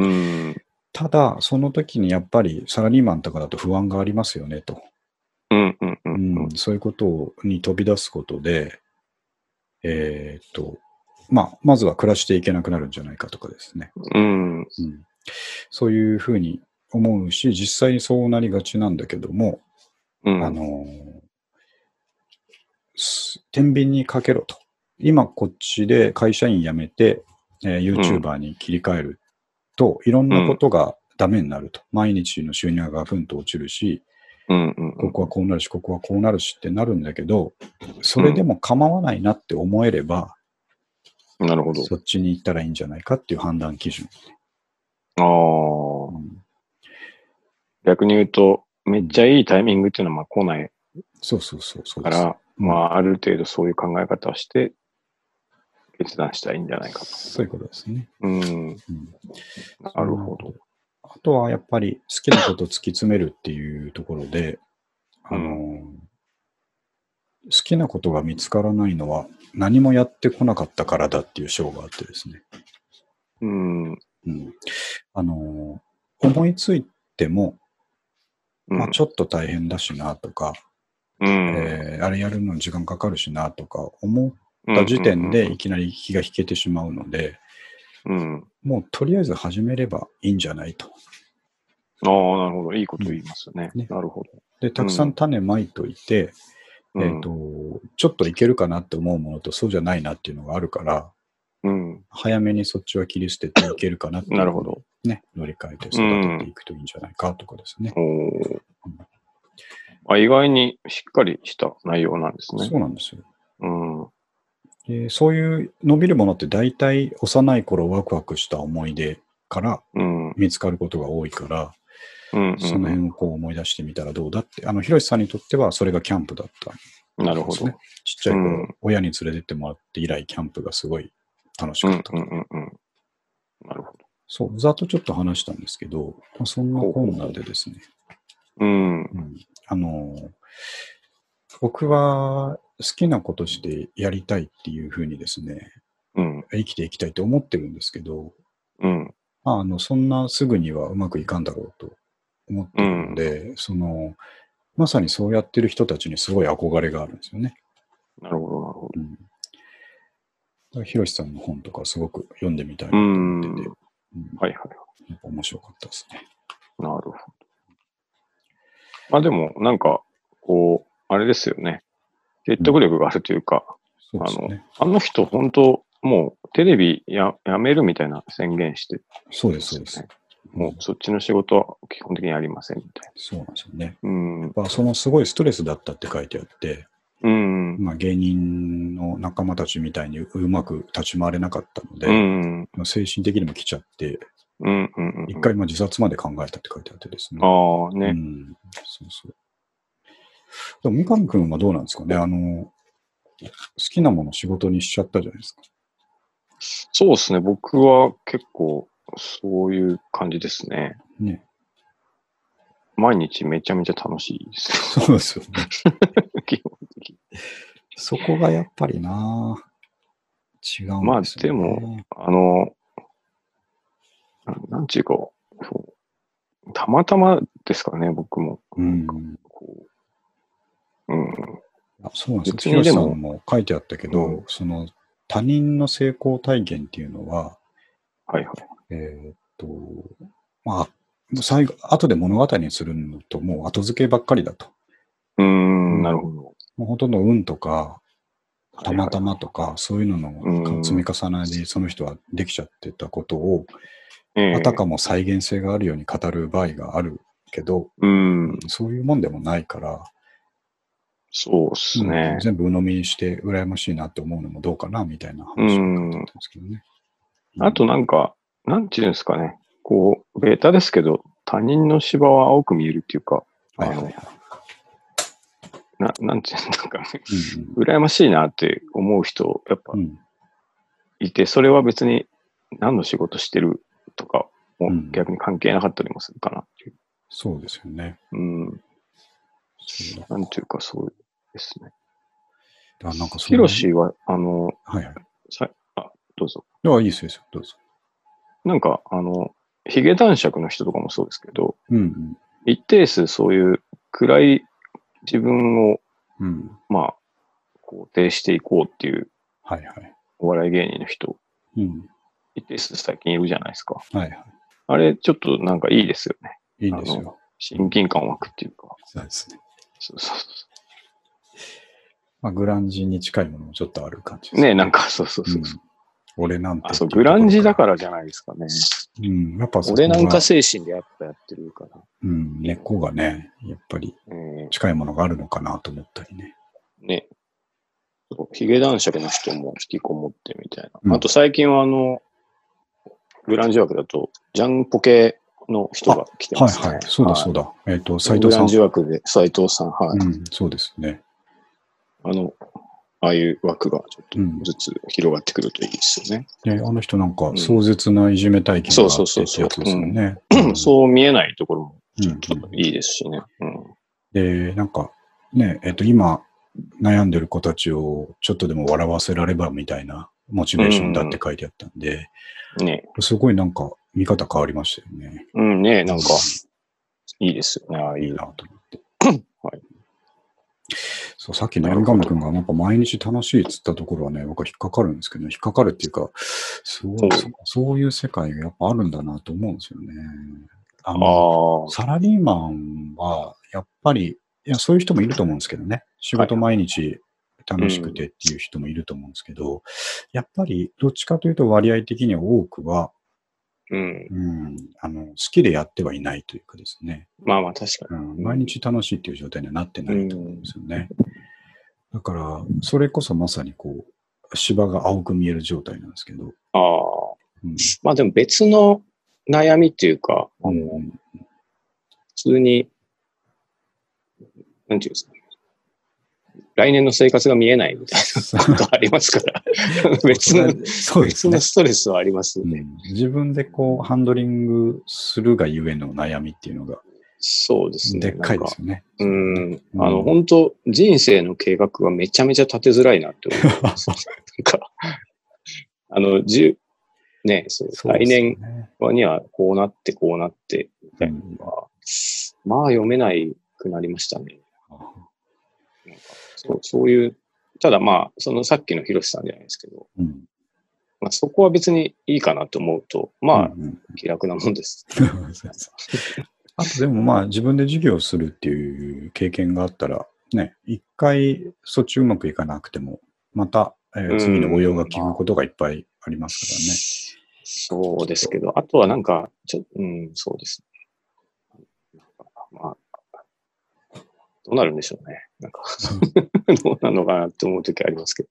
[SPEAKER 1] うん。
[SPEAKER 2] ただ、その時にやっぱりサラリーマンとかだと不安がありますよねと。
[SPEAKER 1] うんうんう
[SPEAKER 2] うん
[SPEAKER 1] うん
[SPEAKER 2] ん、そういうことに飛び出すことで、えっ、と、まあ、まずは暮らしていけなくなるんじゃないかとかですね。
[SPEAKER 1] うん。
[SPEAKER 2] うん、そういうふうに思うし、実際にそうなりがちなんだけども、
[SPEAKER 1] うん。
[SPEAKER 2] あのーす天秤にかけろと。今こっちで会社員辞めて、えー、YouTuber に切り替えると、いろんなことがダメになると。毎日の収入がガクンと落ちるし、
[SPEAKER 1] うんうんう
[SPEAKER 2] こ
[SPEAKER 1] ん。
[SPEAKER 2] こはこうなるし、ここはこうなるしってなるんだけど、それでも構わないなって思えれば、
[SPEAKER 1] なるほど。
[SPEAKER 2] そっちに行ったらいいんじゃないかっていう判断基準。
[SPEAKER 1] ああ。
[SPEAKER 2] うん
[SPEAKER 1] 逆に言うと、めっちゃいいタイミングっていうのはまあ来ない
[SPEAKER 2] そうそうそうそう
[SPEAKER 1] か
[SPEAKER 2] です。
[SPEAKER 1] ら、
[SPEAKER 2] うん
[SPEAKER 1] まあある程度そういう考え方をして、決断したらいいんじゃないかと。
[SPEAKER 2] そういうことですね。
[SPEAKER 1] うん。
[SPEAKER 2] うん
[SPEAKER 1] なるほど。
[SPEAKER 2] あとはやっぱり好きなことを突き詰めるっていうところで、あのー好きなことが見つからないのは何もやってこなかったからだっていう章があってですね。
[SPEAKER 1] うん。
[SPEAKER 2] うん、あのー思いついても、
[SPEAKER 1] うん
[SPEAKER 2] まあ、ちょっと大変だしなとか、
[SPEAKER 1] うん。
[SPEAKER 2] えーあれやるのに時間かかるしなとか思
[SPEAKER 1] う
[SPEAKER 2] った
[SPEAKER 1] ん
[SPEAKER 2] 時点でい、きなり気が引けてしまうので、
[SPEAKER 1] うん。
[SPEAKER 2] もうとりあえず始めればいいんじゃないと。
[SPEAKER 1] ああ、なるほど。いいこと言いますよね。
[SPEAKER 2] ね
[SPEAKER 1] なるほど。
[SPEAKER 2] で、たくさん種まいといて、
[SPEAKER 1] うん
[SPEAKER 2] えっ、と、ちょっといけるかなって思うものとそうじゃないなっていうのがあるから、
[SPEAKER 1] うん。
[SPEAKER 2] 早めにそっちは切り捨て ていけるかなっていう
[SPEAKER 1] なるほど。
[SPEAKER 2] ね、乗り換えて育てていくといいんじゃないかとかですね。
[SPEAKER 1] おーあ意外にしっかりした内容なんですね。
[SPEAKER 2] そうなんですよ。
[SPEAKER 1] うん。
[SPEAKER 2] でそういう伸びるものって大体幼い頃ワクワクした思い出から
[SPEAKER 1] うん。うん
[SPEAKER 2] 見つかることが多いから、
[SPEAKER 1] うん。
[SPEAKER 2] その辺をこう思い出してみたらどうだって、あの、ひろしさんにとってはそれがキャンプだったんですね。
[SPEAKER 1] なるほど。
[SPEAKER 2] ちっちゃいう頃
[SPEAKER 1] ん、
[SPEAKER 2] 親に連れてってもらって以来、キャンプがすごい楽し
[SPEAKER 1] う
[SPEAKER 2] か
[SPEAKER 1] ん
[SPEAKER 2] っ
[SPEAKER 1] う
[SPEAKER 2] た
[SPEAKER 1] ん
[SPEAKER 2] と。
[SPEAKER 1] うんうん。なるほど。
[SPEAKER 2] そう、ざっとちょっと話したんですけど、まあ、そんなこんなでですね、
[SPEAKER 1] う
[SPEAKER 2] う
[SPEAKER 1] ん。
[SPEAKER 2] ん、あのー、僕は好きなことしてやりたいっていうふうにですね、
[SPEAKER 1] うん。
[SPEAKER 2] 生きていきたいと思ってるんですけど、
[SPEAKER 1] うん。
[SPEAKER 2] まあ、あのそんなすぐにはうまくいかんだろうと思ってるので、その、まさにそうやってる人たちにすごい憧れがあるんですよね。
[SPEAKER 1] なるほど、なるほ
[SPEAKER 2] う
[SPEAKER 1] ど。
[SPEAKER 2] んだからひろしさんの本とかすごく読んでみたいなと
[SPEAKER 1] うん。は
[SPEAKER 2] 思ってて、うん
[SPEAKER 1] いはいはい。
[SPEAKER 2] やっぱ面白かったですね。
[SPEAKER 1] なるほど。まあでも、なんか、こう、あれですよね。説得力があるというか、
[SPEAKER 2] そうですね。
[SPEAKER 1] あの人、本当もうテレビややめるみたいな宣言してる
[SPEAKER 2] そうんで、
[SPEAKER 1] ですす
[SPEAKER 2] そう
[SPEAKER 1] よ
[SPEAKER 2] です
[SPEAKER 1] ね。。もうそっちの仕事は基本的にありませんみたい
[SPEAKER 2] そうなんですよね。
[SPEAKER 1] な。うん。
[SPEAKER 2] まあ、そのすごいストレスだったって書いてあって、
[SPEAKER 1] うん。
[SPEAKER 2] まあ、芸人の仲間たちみたいにうまく立ち回れなかったので、
[SPEAKER 1] うん。
[SPEAKER 2] まあ精神的にも来ちゃって、
[SPEAKER 1] うん。うん。
[SPEAKER 2] 一回まあ自殺まで考えたって書いてあってですね。
[SPEAKER 1] ああ、
[SPEAKER 2] う
[SPEAKER 1] ね。
[SPEAKER 2] ん、そうそう。でも三上君はどうなんですかねあの、好きなもの仕事にしちゃったじゃないですか。
[SPEAKER 1] そうですね。僕は結構、そういう感じですね。
[SPEAKER 2] ね。
[SPEAKER 1] 毎日めちゃめちゃ楽しいです。
[SPEAKER 2] そうですよね。
[SPEAKER 1] 基本的に
[SPEAKER 2] そこがやっぱりな違うんですよね。
[SPEAKER 1] まあでも、あの、ななんちゅうか、そうたまたまですかね、僕も。
[SPEAKER 2] うん。
[SPEAKER 1] こううん。
[SPEAKER 2] あそうなんです
[SPEAKER 1] 別
[SPEAKER 2] よ。
[SPEAKER 1] に
[SPEAKER 2] ヒ
[SPEAKER 1] で
[SPEAKER 2] ロ
[SPEAKER 1] も
[SPEAKER 2] さんも書いてあったけど、
[SPEAKER 1] うん
[SPEAKER 2] その他人の成功体験っていうのは、
[SPEAKER 1] はいはい。
[SPEAKER 2] えーっと、まあ、最後、後で物語にするのと、もう後付けばっかりだと。
[SPEAKER 1] うーん、なるほど。
[SPEAKER 2] もうほとんど運とか、たまたまとか、そういうの
[SPEAKER 1] う
[SPEAKER 2] の
[SPEAKER 1] ん
[SPEAKER 2] 積み重なりで、その人はできちゃってたことを、
[SPEAKER 1] ええ
[SPEAKER 2] あたかも再現性があるように語る場合があるけど、
[SPEAKER 1] うん、
[SPEAKER 2] そういうもんでもないから、
[SPEAKER 1] そうです
[SPEAKER 2] う
[SPEAKER 1] ね
[SPEAKER 2] ん。全部鵜呑みにして羨ましいなって思うのもどうかなみたいな話を書いてあったんですけどね。
[SPEAKER 1] あとなんか、なんていうんですかね。こう、ベータですけど、他人の芝は青く見えるっていうか、
[SPEAKER 2] はいはいはい。
[SPEAKER 1] ななんていうんだか、ね、
[SPEAKER 2] うんうん
[SPEAKER 1] 羨ましいなって思う人、やっぱ
[SPEAKER 2] うん
[SPEAKER 1] いて、それは別に何の仕事してるとかも
[SPEAKER 2] うん
[SPEAKER 1] 逆に関係なかったりもするかなっていう。
[SPEAKER 2] そうですよね。
[SPEAKER 1] うん。
[SPEAKER 2] そうだ
[SPEAKER 1] なんていうか、そうですね。
[SPEAKER 2] だからなんかそ
[SPEAKER 1] ヒ
[SPEAKER 2] の
[SPEAKER 1] ロシは、あの、
[SPEAKER 2] はいはい。
[SPEAKER 1] さあ、どうぞ。
[SPEAKER 2] ではいいですよ、いいですよどうぞ。
[SPEAKER 1] なんか、あの、ヒゲ男爵の人とかもそうですけど、
[SPEAKER 2] うん
[SPEAKER 1] 一定数そういう暗い自分を、
[SPEAKER 2] うん。うん。
[SPEAKER 1] まあ、肯定していこうっていう
[SPEAKER 2] はいはい。
[SPEAKER 1] お笑い芸人の人、
[SPEAKER 2] うん。
[SPEAKER 1] 一定数最近いるじゃないですか。
[SPEAKER 2] はいは
[SPEAKER 1] あれ、ちょっとなんかいいですよね。
[SPEAKER 2] い。いいんです
[SPEAKER 1] あ
[SPEAKER 2] よ。
[SPEAKER 1] 親近感湧くっていうか。
[SPEAKER 2] そうですね。
[SPEAKER 1] そうそうそ
[SPEAKER 2] まあ、グランジに近いものもちょっとある感じで
[SPEAKER 1] う。
[SPEAKER 2] す
[SPEAKER 1] ねえ、なんか、そうそうそうそう、
[SPEAKER 2] うん俺なんて。
[SPEAKER 1] あ、そう、グランジだ
[SPEAKER 2] ら。
[SPEAKER 1] からじゃないですかね。
[SPEAKER 2] うん、やっぱそこが
[SPEAKER 1] 俺なんか精神でやっぱやってるから。
[SPEAKER 2] うん、根っこがね、やっぱり
[SPEAKER 1] え
[SPEAKER 2] 近いものがあるのかなと思ったりね。
[SPEAKER 1] ー、ね。そうヒゲ男爵の人も引きこもってみたいな。
[SPEAKER 2] うん
[SPEAKER 1] あと最近はあの、グランジ枠だと、ジャンポケの人が来てま
[SPEAKER 2] はい
[SPEAKER 1] す、ね。
[SPEAKER 2] はい。そうだ
[SPEAKER 1] はい
[SPEAKER 2] そうだ。えっと、斎藤
[SPEAKER 1] グ
[SPEAKER 2] さ
[SPEAKER 1] ラ
[SPEAKER 2] ん
[SPEAKER 1] ンジ。枠で、斎藤さん、はい。
[SPEAKER 2] うん、そうですね。
[SPEAKER 1] あの、ああいう枠がちょっ
[SPEAKER 2] うん
[SPEAKER 1] とずつ広がってくるといいですよね。
[SPEAKER 2] ね、あの人なんか
[SPEAKER 1] ん
[SPEAKER 2] 壮絶ないじめ体験があってってやつですよね。
[SPEAKER 1] そう見えないところも
[SPEAKER 2] うん
[SPEAKER 1] ちょっといいですしね。うん。
[SPEAKER 2] で、なんか、ね、えっと、今、悩んでる子たちをちょっとでも笑わせらればみたいなモチベーションだって書いてあったんで、
[SPEAKER 1] ね
[SPEAKER 2] すごいなんか見方変わりましたよね。
[SPEAKER 1] うんねなんか、いいですよね、ああい。
[SPEAKER 2] いいうなと思って。
[SPEAKER 1] はい
[SPEAKER 2] そうさっきの山上君がなんか毎日楽しいっつったところはね、僕は引っかかるんですけど、引っかかるっていうか、すごい、
[SPEAKER 1] うん
[SPEAKER 2] そそういう世界がやっぱあるんだなと思うんですよね。あ
[SPEAKER 1] あ
[SPEAKER 2] の
[SPEAKER 1] あ、
[SPEAKER 2] サラリーマンは、やっぱり、いや、そういう人もいると思うんですけどね。仕事毎日楽しくてっていう人もいると思うんですけど、やっぱり、どっちかというと割合的には多くは、
[SPEAKER 1] うん。
[SPEAKER 2] うん、あの、好きでやってはいないというかですね。
[SPEAKER 1] まあまあ確か
[SPEAKER 2] うん、毎日楽しいっていう状態にはなってないと思うんですよね。だから、それこそまさにこう、芝が青く見える状態なんですけど、
[SPEAKER 1] に。ああ。
[SPEAKER 2] うん
[SPEAKER 1] まあでも別の悩みっていうか、あの、普通に、なんていうんですか。来年の生活が見えないみたいなことあります から、 別の、
[SPEAKER 2] そうです
[SPEAKER 1] 別
[SPEAKER 2] ね
[SPEAKER 1] の。ストレスはありますよね。
[SPEAKER 2] うん自分でこう、ハンドリングするがゆえの悩みっていうのが、
[SPEAKER 1] そうですね。
[SPEAKER 2] でっかい
[SPEAKER 1] な
[SPEAKER 2] で
[SPEAKER 1] ん
[SPEAKER 2] すよね。
[SPEAKER 1] うん、
[SPEAKER 2] うん
[SPEAKER 1] あの、本当人生の計画がめちゃめちゃ立てづらいなって思 います。なんか、あの、じゅねそう
[SPEAKER 2] そうで
[SPEAKER 1] 来
[SPEAKER 2] すよ
[SPEAKER 1] 年
[SPEAKER 2] ね
[SPEAKER 1] にはこうなって、こうなって、みたいなのは、まあ読めないくなりましたね。そうそういう、ただまあ、そのさっきの広瀬さんじゃないですけど、
[SPEAKER 2] うん
[SPEAKER 1] まあ、そこは別にいいかなと思うと、まあ、
[SPEAKER 2] うん うん
[SPEAKER 1] 気楽なもんです。
[SPEAKER 2] そうそうあとでもまあ自分で授業をするっていう経験があったら、ね、一回そっちうまくいかなくても、また、えー
[SPEAKER 1] うん
[SPEAKER 2] 次の応用が効くことがいっぱいありますからね。
[SPEAKER 1] そうですけど、あとはなんか、ちょうん、そうですね。なんかまあ、どうなるんでしょうね。なんか どうなのかなって思うときありますけど。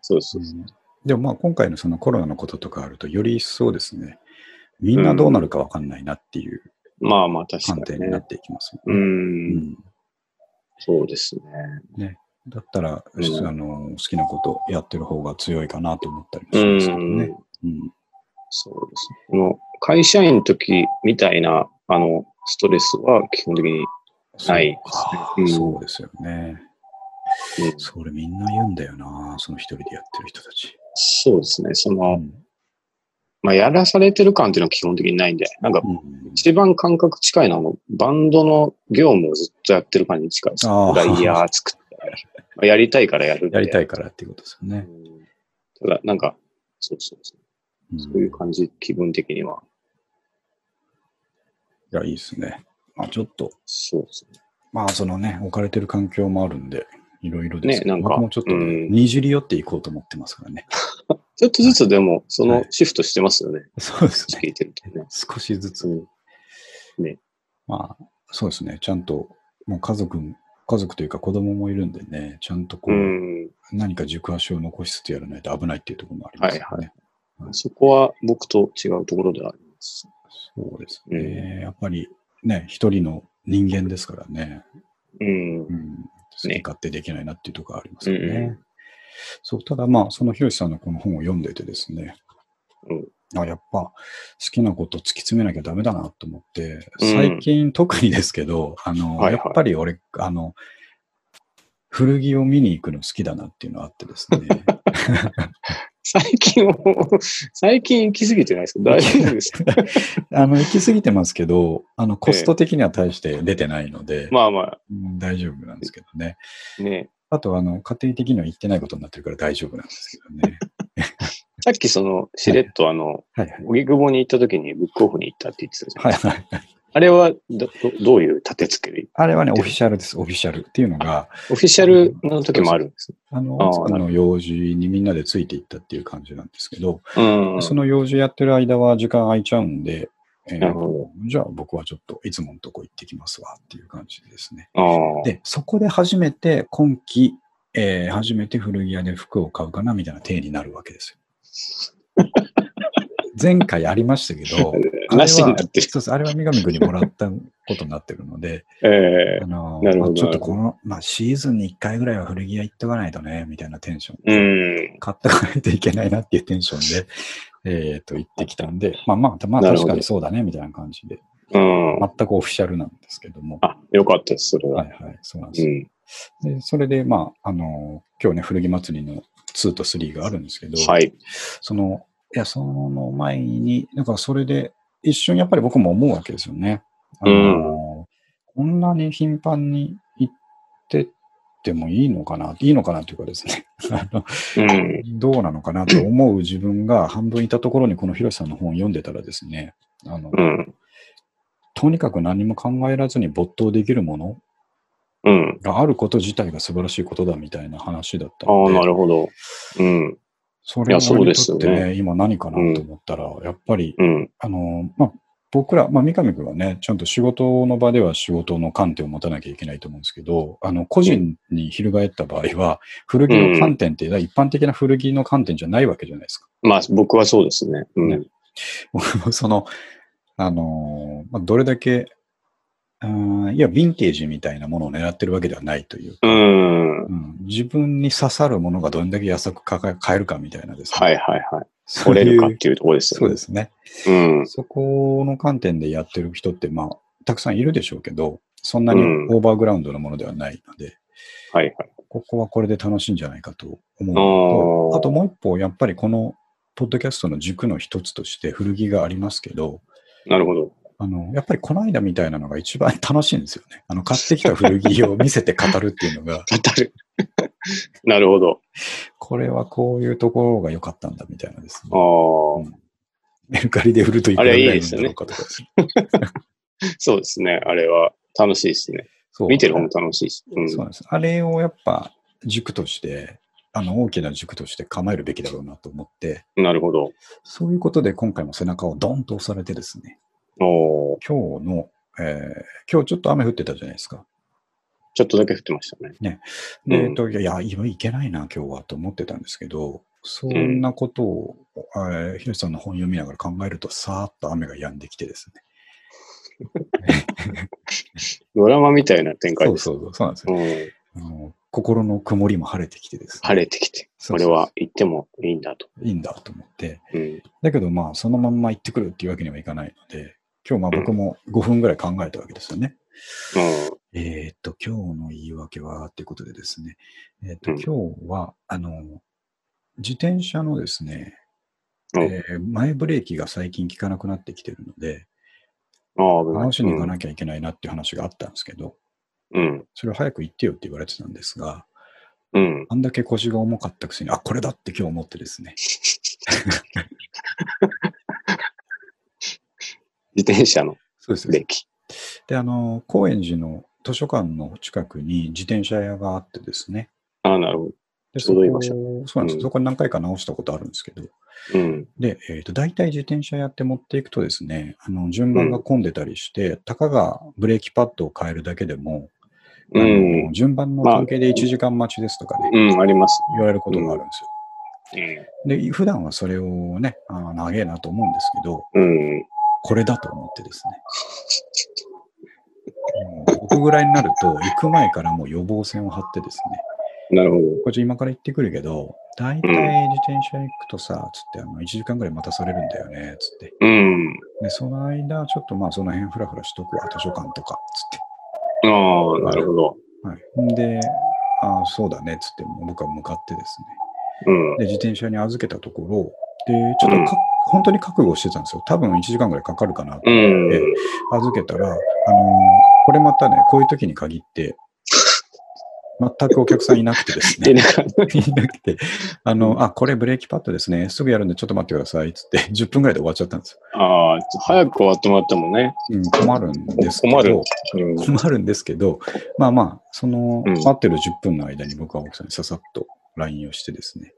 [SPEAKER 1] そうそうそう。
[SPEAKER 2] でもまあ今回のそのコロナのこととかあると、より一層ですね、みんなどうなるかわかんないなっていう
[SPEAKER 1] まあまあ確か
[SPEAKER 2] 観点
[SPEAKER 1] に
[SPEAKER 2] にな
[SPEAKER 1] ね
[SPEAKER 2] っ。ていきます
[SPEAKER 1] う。
[SPEAKER 2] よね。うんん
[SPEAKER 1] そうですね。
[SPEAKER 2] ね、だったら、
[SPEAKER 1] うん
[SPEAKER 2] あの好きなことやってる方が強いかなと思ったりも
[SPEAKER 1] う
[SPEAKER 2] しますけどね
[SPEAKER 1] ん。。
[SPEAKER 2] うん
[SPEAKER 1] そうですね。この会社員の時みたいな、あの、ストレスは基本的に、はい
[SPEAKER 2] そうかそうですよね。
[SPEAKER 1] うん
[SPEAKER 2] それみんな言うんだよな、その一人でやってる人たち。
[SPEAKER 1] そうですね。そうの、
[SPEAKER 2] ん
[SPEAKER 1] まあ、やらされてる感っていうのは基本的にないんで、なんか、
[SPEAKER 2] うん
[SPEAKER 1] 一番感覚近いのはもう、バンドの業務をずっとやってる感じに近いです。
[SPEAKER 2] あー
[SPEAKER 1] ライヤー作ったりまあやりたいからやるんで。
[SPEAKER 2] やりた
[SPEAKER 1] い。
[SPEAKER 2] いからっていうことですよね。
[SPEAKER 1] ただ、なんか、そうそうそう。
[SPEAKER 2] うん
[SPEAKER 1] そういう感じ、気分的には。
[SPEAKER 2] いや、いいですね。まあちょっと、
[SPEAKER 1] そうですね。
[SPEAKER 2] まあそのね、置かれてる環境もあるんで、いろいろですけど
[SPEAKER 1] ねなんか
[SPEAKER 2] 僕もちょっとね、
[SPEAKER 1] うん
[SPEAKER 2] にじり寄っていこうと思ってますからね。
[SPEAKER 1] ちょっとずつでも、そ
[SPEAKER 2] は
[SPEAKER 1] の
[SPEAKER 2] い
[SPEAKER 1] シフトしてますよね。
[SPEAKER 2] そうですね。
[SPEAKER 1] 聞いてるとね。
[SPEAKER 2] 少しずつ。
[SPEAKER 1] うん
[SPEAKER 2] まあ、そうですね。ちゃんと、もう家族も、家族というか子供もいるんでね、ちゃんとこ
[SPEAKER 1] う
[SPEAKER 2] う、
[SPEAKER 1] ん。
[SPEAKER 2] 何か軸足を残しつつやらないと危ないっていうところもありますよね。
[SPEAKER 1] はいそこは僕と違うところではあります。
[SPEAKER 2] そうですね。やっぱりね、一人の人間ですからね、
[SPEAKER 1] うん
[SPEAKER 2] う。ん、好き勝手できないなっていうところありますよね。
[SPEAKER 1] うんう
[SPEAKER 2] そう、ただまあ、そのひろしさんのこの本を読んでてですね、あやっぱ好きなことを突き詰めなきゃダメだなと思って、
[SPEAKER 1] うん
[SPEAKER 2] 最近特にですけど、あの、
[SPEAKER 1] はいはい
[SPEAKER 2] やっぱり俺、あの、古着を見に行くの好きだなっていうのはあってです ね。
[SPEAKER 1] 最近も、 最近行き過ぎてないですか大丈夫ですか
[SPEAKER 2] あの、行き過ぎてますけど、あの、コスト的には大して出てないので、
[SPEAKER 1] まあま
[SPEAKER 2] うん大丈夫なんですけどね。
[SPEAKER 1] あ、ね。
[SPEAKER 2] あと、あの、家庭的には行ってないことになってるから大丈夫なんですけ どね。
[SPEAKER 1] さっきその、しれっとあの、
[SPEAKER 2] はいはい。
[SPEAKER 1] 荻窪に行った時にブックオフに行ったって言ってたじゃない
[SPEAKER 2] はい
[SPEAKER 1] ですか。
[SPEAKER 2] はい。
[SPEAKER 1] あれはど、どどういう立て付けで
[SPEAKER 2] あれはね、オフィシャルです、オフィシャルっていうのが、
[SPEAKER 1] オフィシャルの時もあるんですね。
[SPEAKER 2] あの、
[SPEAKER 1] あー
[SPEAKER 2] 奥さんの用事にみんなでついていったっていう感じなんですけど、
[SPEAKER 1] うん。
[SPEAKER 2] その用事やってる間は時間空いちゃうんで、えー
[SPEAKER 1] なるほ
[SPEAKER 2] じゃあ僕はちょっといつものとこ行ってきますわっていう感じですね。
[SPEAKER 1] ああ。
[SPEAKER 2] で、そこで初めて今季、えー初めて古着屋で服を買うかなみたいな体になるわけです よ。前回ありましたけど、あれは
[SPEAKER 1] なしになってる
[SPEAKER 2] そうそうあれは三上君にもらったことになってるので、
[SPEAKER 1] え
[SPEAKER 2] あの
[SPEAKER 1] なるほ
[SPEAKER 2] ま
[SPEAKER 1] ど
[SPEAKER 2] あちょっとこの、まあ、シーズンに1回ぐらいは古着屋行っとかないとね、みたいなテンション。
[SPEAKER 1] えうん。
[SPEAKER 2] 買ってかないといけないなっていうテンションで、えっと、行ってきたんで、まあまあ、まあ
[SPEAKER 1] なるほ
[SPEAKER 2] 確
[SPEAKER 1] ど
[SPEAKER 2] かにそうだね、みたいな感じで、
[SPEAKER 1] うん。
[SPEAKER 2] 全くオフィシャルなんですけども。
[SPEAKER 1] あ、よかったです、それ
[SPEAKER 2] は
[SPEAKER 1] は。
[SPEAKER 2] いはい、そうなんで
[SPEAKER 1] う
[SPEAKER 2] す。
[SPEAKER 1] ん。
[SPEAKER 2] で、それで、まあ、あの、今日ね、古着祭りの2と3があるんですけど、
[SPEAKER 1] はい。
[SPEAKER 2] その、いや、その前に、だからそれで、一瞬やっぱり僕も思うわけですよね。あのこんなに頻繁に行ってってもいいのかな、いいのかなというかですね、 あの
[SPEAKER 1] うん。
[SPEAKER 2] どうなのかなと思う自分が 半分いたところにこのヒロシさんの本を読んでたらですね、あの
[SPEAKER 1] うん。
[SPEAKER 2] とにかく何も考えらずに没頭できるもの
[SPEAKER 1] うん。
[SPEAKER 2] があること自体が素晴らしいことだみたいな話だった
[SPEAKER 1] あ
[SPEAKER 2] の
[SPEAKER 1] あ、
[SPEAKER 2] で、
[SPEAKER 1] なるほど。うん。
[SPEAKER 2] それが
[SPEAKER 1] いやそう
[SPEAKER 2] 俺に
[SPEAKER 1] です
[SPEAKER 2] と
[SPEAKER 1] よ
[SPEAKER 2] っ
[SPEAKER 1] ね
[SPEAKER 2] てね、今何かなと思ったら、やっぱり
[SPEAKER 1] うん。
[SPEAKER 2] あの、まあ、僕ら、まあ、三上君はね、ちゃんと仕事の場では仕事の観点を持たなきゃいけないと思うんですけど、あの、個人に翻った場合は、古着の観点って、一般的な古着の観点じゃないわけじゃないですか。
[SPEAKER 1] まあ、僕はそうですね。う
[SPEAKER 2] ね
[SPEAKER 1] ん。
[SPEAKER 2] 僕も その、あの、まあ、どれだけ、うんいや、ヴィンテージみたいなものを狙ってるわけではないというか、
[SPEAKER 1] うん。は
[SPEAKER 2] うん自分に刺さるものがどれだけ安くかか買えるかみたいなですね。
[SPEAKER 1] いはいはい。
[SPEAKER 2] そ
[SPEAKER 1] 取
[SPEAKER 2] う
[SPEAKER 1] れ
[SPEAKER 2] い
[SPEAKER 1] る
[SPEAKER 2] う
[SPEAKER 1] かっていうところです
[SPEAKER 2] そ
[SPEAKER 1] よ
[SPEAKER 2] う
[SPEAKER 1] ね
[SPEAKER 2] で。すね。
[SPEAKER 1] うん。
[SPEAKER 2] そこの観点でやってる人って、まあ、たくさんいるでしょうけど、そんなに
[SPEAKER 1] うん
[SPEAKER 2] オーバーグラウンドのものではないので、
[SPEAKER 1] はいはい。
[SPEAKER 2] ここはこれで楽しいんじゃないかと思うの
[SPEAKER 1] おー
[SPEAKER 2] と、あともう一方、やっぱりこのポッドキャストの軸の一つとして古着がありますけど、
[SPEAKER 1] なるほど。、
[SPEAKER 2] あの、やっぱりこの間みたいなのが一番楽しいんですよね。あの、買ってきた古着を見せて語るっていうのが
[SPEAKER 1] 当たる。 なるほど。
[SPEAKER 2] これはこういうところが良かったんだみたいなですね。
[SPEAKER 1] ああ。
[SPEAKER 2] メルカリで売るといくらぐらいなんだろうかとか。
[SPEAKER 1] そうですね。あれは楽しいですね。
[SPEAKER 2] そう
[SPEAKER 1] 見てる方も楽しいし。う
[SPEAKER 2] そうなん
[SPEAKER 1] ん。
[SPEAKER 2] です。あれをやっぱ軸として、あの大きな軸として構えるべきだろうなと思って、
[SPEAKER 1] なるほど。
[SPEAKER 2] そういうことで今回も背中をドンと押されてですね、
[SPEAKER 1] おー
[SPEAKER 2] 今日のえー今日ちょっと雨降ってたじゃないですか。
[SPEAKER 1] ちょっとだけ降ってましたね。
[SPEAKER 2] で、
[SPEAKER 1] うん
[SPEAKER 2] えっと、いや、今いけないな、今日はと思ってたんですけど、そんなことを、えーひろしさんの本読みながら考えると、さーっと雨が止んできてですね。
[SPEAKER 1] ドラマみたいな展開
[SPEAKER 2] そう
[SPEAKER 1] です。
[SPEAKER 2] そうそう、そうなんですよ。
[SPEAKER 1] うん、
[SPEAKER 2] あの心の曇りも晴れてきてですね。
[SPEAKER 1] 晴れてきて、
[SPEAKER 2] そう
[SPEAKER 1] こ
[SPEAKER 2] そ
[SPEAKER 1] れ
[SPEAKER 2] う
[SPEAKER 1] は行ってもいいんだと。
[SPEAKER 2] いいんだと思って。
[SPEAKER 1] うん、
[SPEAKER 2] だけどまあ、そのまんま行ってくるっていうわけにはいかないので、今日まあ僕も5分ぐらい考えたわけですよね。えーっと、今日の言い訳はっていうことでですね、えーっと、
[SPEAKER 1] うん
[SPEAKER 2] 今日は、あの、自転車のですね、
[SPEAKER 1] うん
[SPEAKER 2] えー前ブレーキが最近効かなくなってきてるので、
[SPEAKER 1] うん、ああ、
[SPEAKER 2] 直しに行か
[SPEAKER 1] い。
[SPEAKER 2] なきゃいけないなっていう話があったんですけど、
[SPEAKER 1] うん、
[SPEAKER 2] それを早く行ってよって言われてたんですが、
[SPEAKER 1] うん。
[SPEAKER 2] あんだけ腰が重かったくせに、あ、これだって今日思ってですね、
[SPEAKER 1] 自転車の
[SPEAKER 2] そうです
[SPEAKER 1] ブレーキ。
[SPEAKER 2] で、あの、高円寺の図書館の近くに自転車屋があってですね、
[SPEAKER 1] ああ、なるほ
[SPEAKER 2] で
[SPEAKER 1] ちょうどいました
[SPEAKER 2] そこそうなんです、
[SPEAKER 1] うん
[SPEAKER 2] そこに何回か直したことあるんですけど、
[SPEAKER 1] ど。うん、
[SPEAKER 2] で、えー、と大体自転車やって持っていくとですね、あの順番が混んでたりして、たかがブレーキパッドを変えるだけでも、あの
[SPEAKER 1] うん
[SPEAKER 2] 順番の関係で1時間待ちですとかね、
[SPEAKER 1] うん、あります。
[SPEAKER 2] 言われることがあるんですよ。
[SPEAKER 1] うん
[SPEAKER 2] で、普段はそれをね、あー長えなと思うんですけど、
[SPEAKER 1] うん、
[SPEAKER 2] これだと思ってですね。もう僕ぐらいになると、行く前からもう予防線を張ってですね、
[SPEAKER 1] なるほ
[SPEAKER 2] これちょ今から行ってくるけど、大体自転車行くとさ、つってあの1時間ぐらい待たされるんだよね、つって。
[SPEAKER 1] ど。うん。
[SPEAKER 2] で、その間、ちょっとまあその辺フラフラしとくわ、図書館とか、つっ
[SPEAKER 1] ああ、なるほど。
[SPEAKER 2] て。はい、んで、ああ、そうだね、つって、僕は向かってです
[SPEAKER 1] うん
[SPEAKER 2] ね。。で、自転車に預けたところ、で、ちょっとか本当に覚悟してたんですよ。多分1時間ぐらいかかるかなと
[SPEAKER 1] う
[SPEAKER 2] 思っ
[SPEAKER 1] ん
[SPEAKER 2] て、。預けたら、あのーこれまたね、こういう時に限って、全くお客さんいなくてです
[SPEAKER 1] で、
[SPEAKER 2] ね。
[SPEAKER 1] なんか、
[SPEAKER 2] いなくて、あの、あ、これブレーキパッドですね。すぐやるんでちょっと待ってください。つって、10分ぐらいで終わっちゃったんですよ。
[SPEAKER 1] ああ、早く終わってもらってもね。
[SPEAKER 2] うん、困るんですけど。
[SPEAKER 1] 困るうん。
[SPEAKER 2] 困るんですけど、まあまあ、その、
[SPEAKER 1] うん
[SPEAKER 2] 待ってる10分の間に僕は奥さんにささっと LINE をしてですね、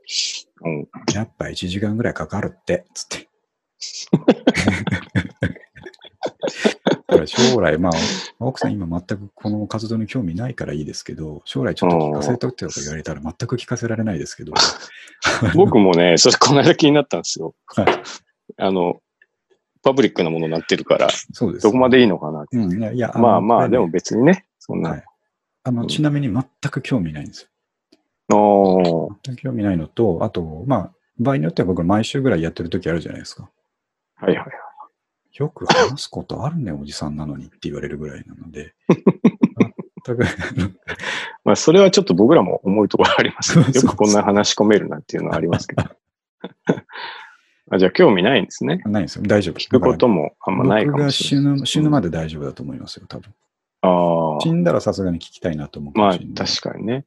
[SPEAKER 1] うん
[SPEAKER 2] やっぱ1時間ぐらいかかるって、つって。これ将来、まあ、奥さん今全くこの活動に興味ないからいいですけど、将来ちょっと聞かせとってとか言われたら全く聞かせられないですけど、
[SPEAKER 1] 僕もね、それこの間気になったんですよ。
[SPEAKER 2] はい
[SPEAKER 1] あの、パブリックなものになってるから、
[SPEAKER 2] そうです、
[SPEAKER 1] どこまでいいのかなって。
[SPEAKER 2] うん、いや、いや
[SPEAKER 1] まあまあ、で、も
[SPEAKER 2] の
[SPEAKER 1] 別にね、そん
[SPEAKER 2] は
[SPEAKER 1] な。
[SPEAKER 2] いあの
[SPEAKER 1] うん
[SPEAKER 2] ちなみに全く興味ないんですよ
[SPEAKER 1] おー
[SPEAKER 2] 全く興味ないのと、あと、まあ、場合によっては僕、毎週ぐらいやってる時あるじゃないですか。
[SPEAKER 1] はいはい。
[SPEAKER 2] よく話すことあるね、おじさんなのにって言われるぐらいなの で、全く、あの
[SPEAKER 1] まあ、それはちょっと僕らも重いところあります、
[SPEAKER 2] そう
[SPEAKER 1] ね。
[SPEAKER 2] そ
[SPEAKER 1] よ
[SPEAKER 2] うそう
[SPEAKER 1] くこんな話し込めるなんていうのはありますけど。あじゃあ、興味ないんですね。
[SPEAKER 2] ないんですよ。大丈夫。
[SPEAKER 1] 聞くこともあんまないか
[SPEAKER 2] 僕
[SPEAKER 1] も
[SPEAKER 2] が
[SPEAKER 1] しれ
[SPEAKER 2] 死
[SPEAKER 1] ない。
[SPEAKER 2] ぬ死ぬまで大丈夫だと思いますよ、多分。
[SPEAKER 1] あ
[SPEAKER 2] 死
[SPEAKER 1] あ、
[SPEAKER 2] んだらさすがに聞きたいなと思うか
[SPEAKER 1] ま
[SPEAKER 2] も
[SPEAKER 1] あ、
[SPEAKER 2] しれ
[SPEAKER 1] 確
[SPEAKER 2] ない。
[SPEAKER 1] かにね。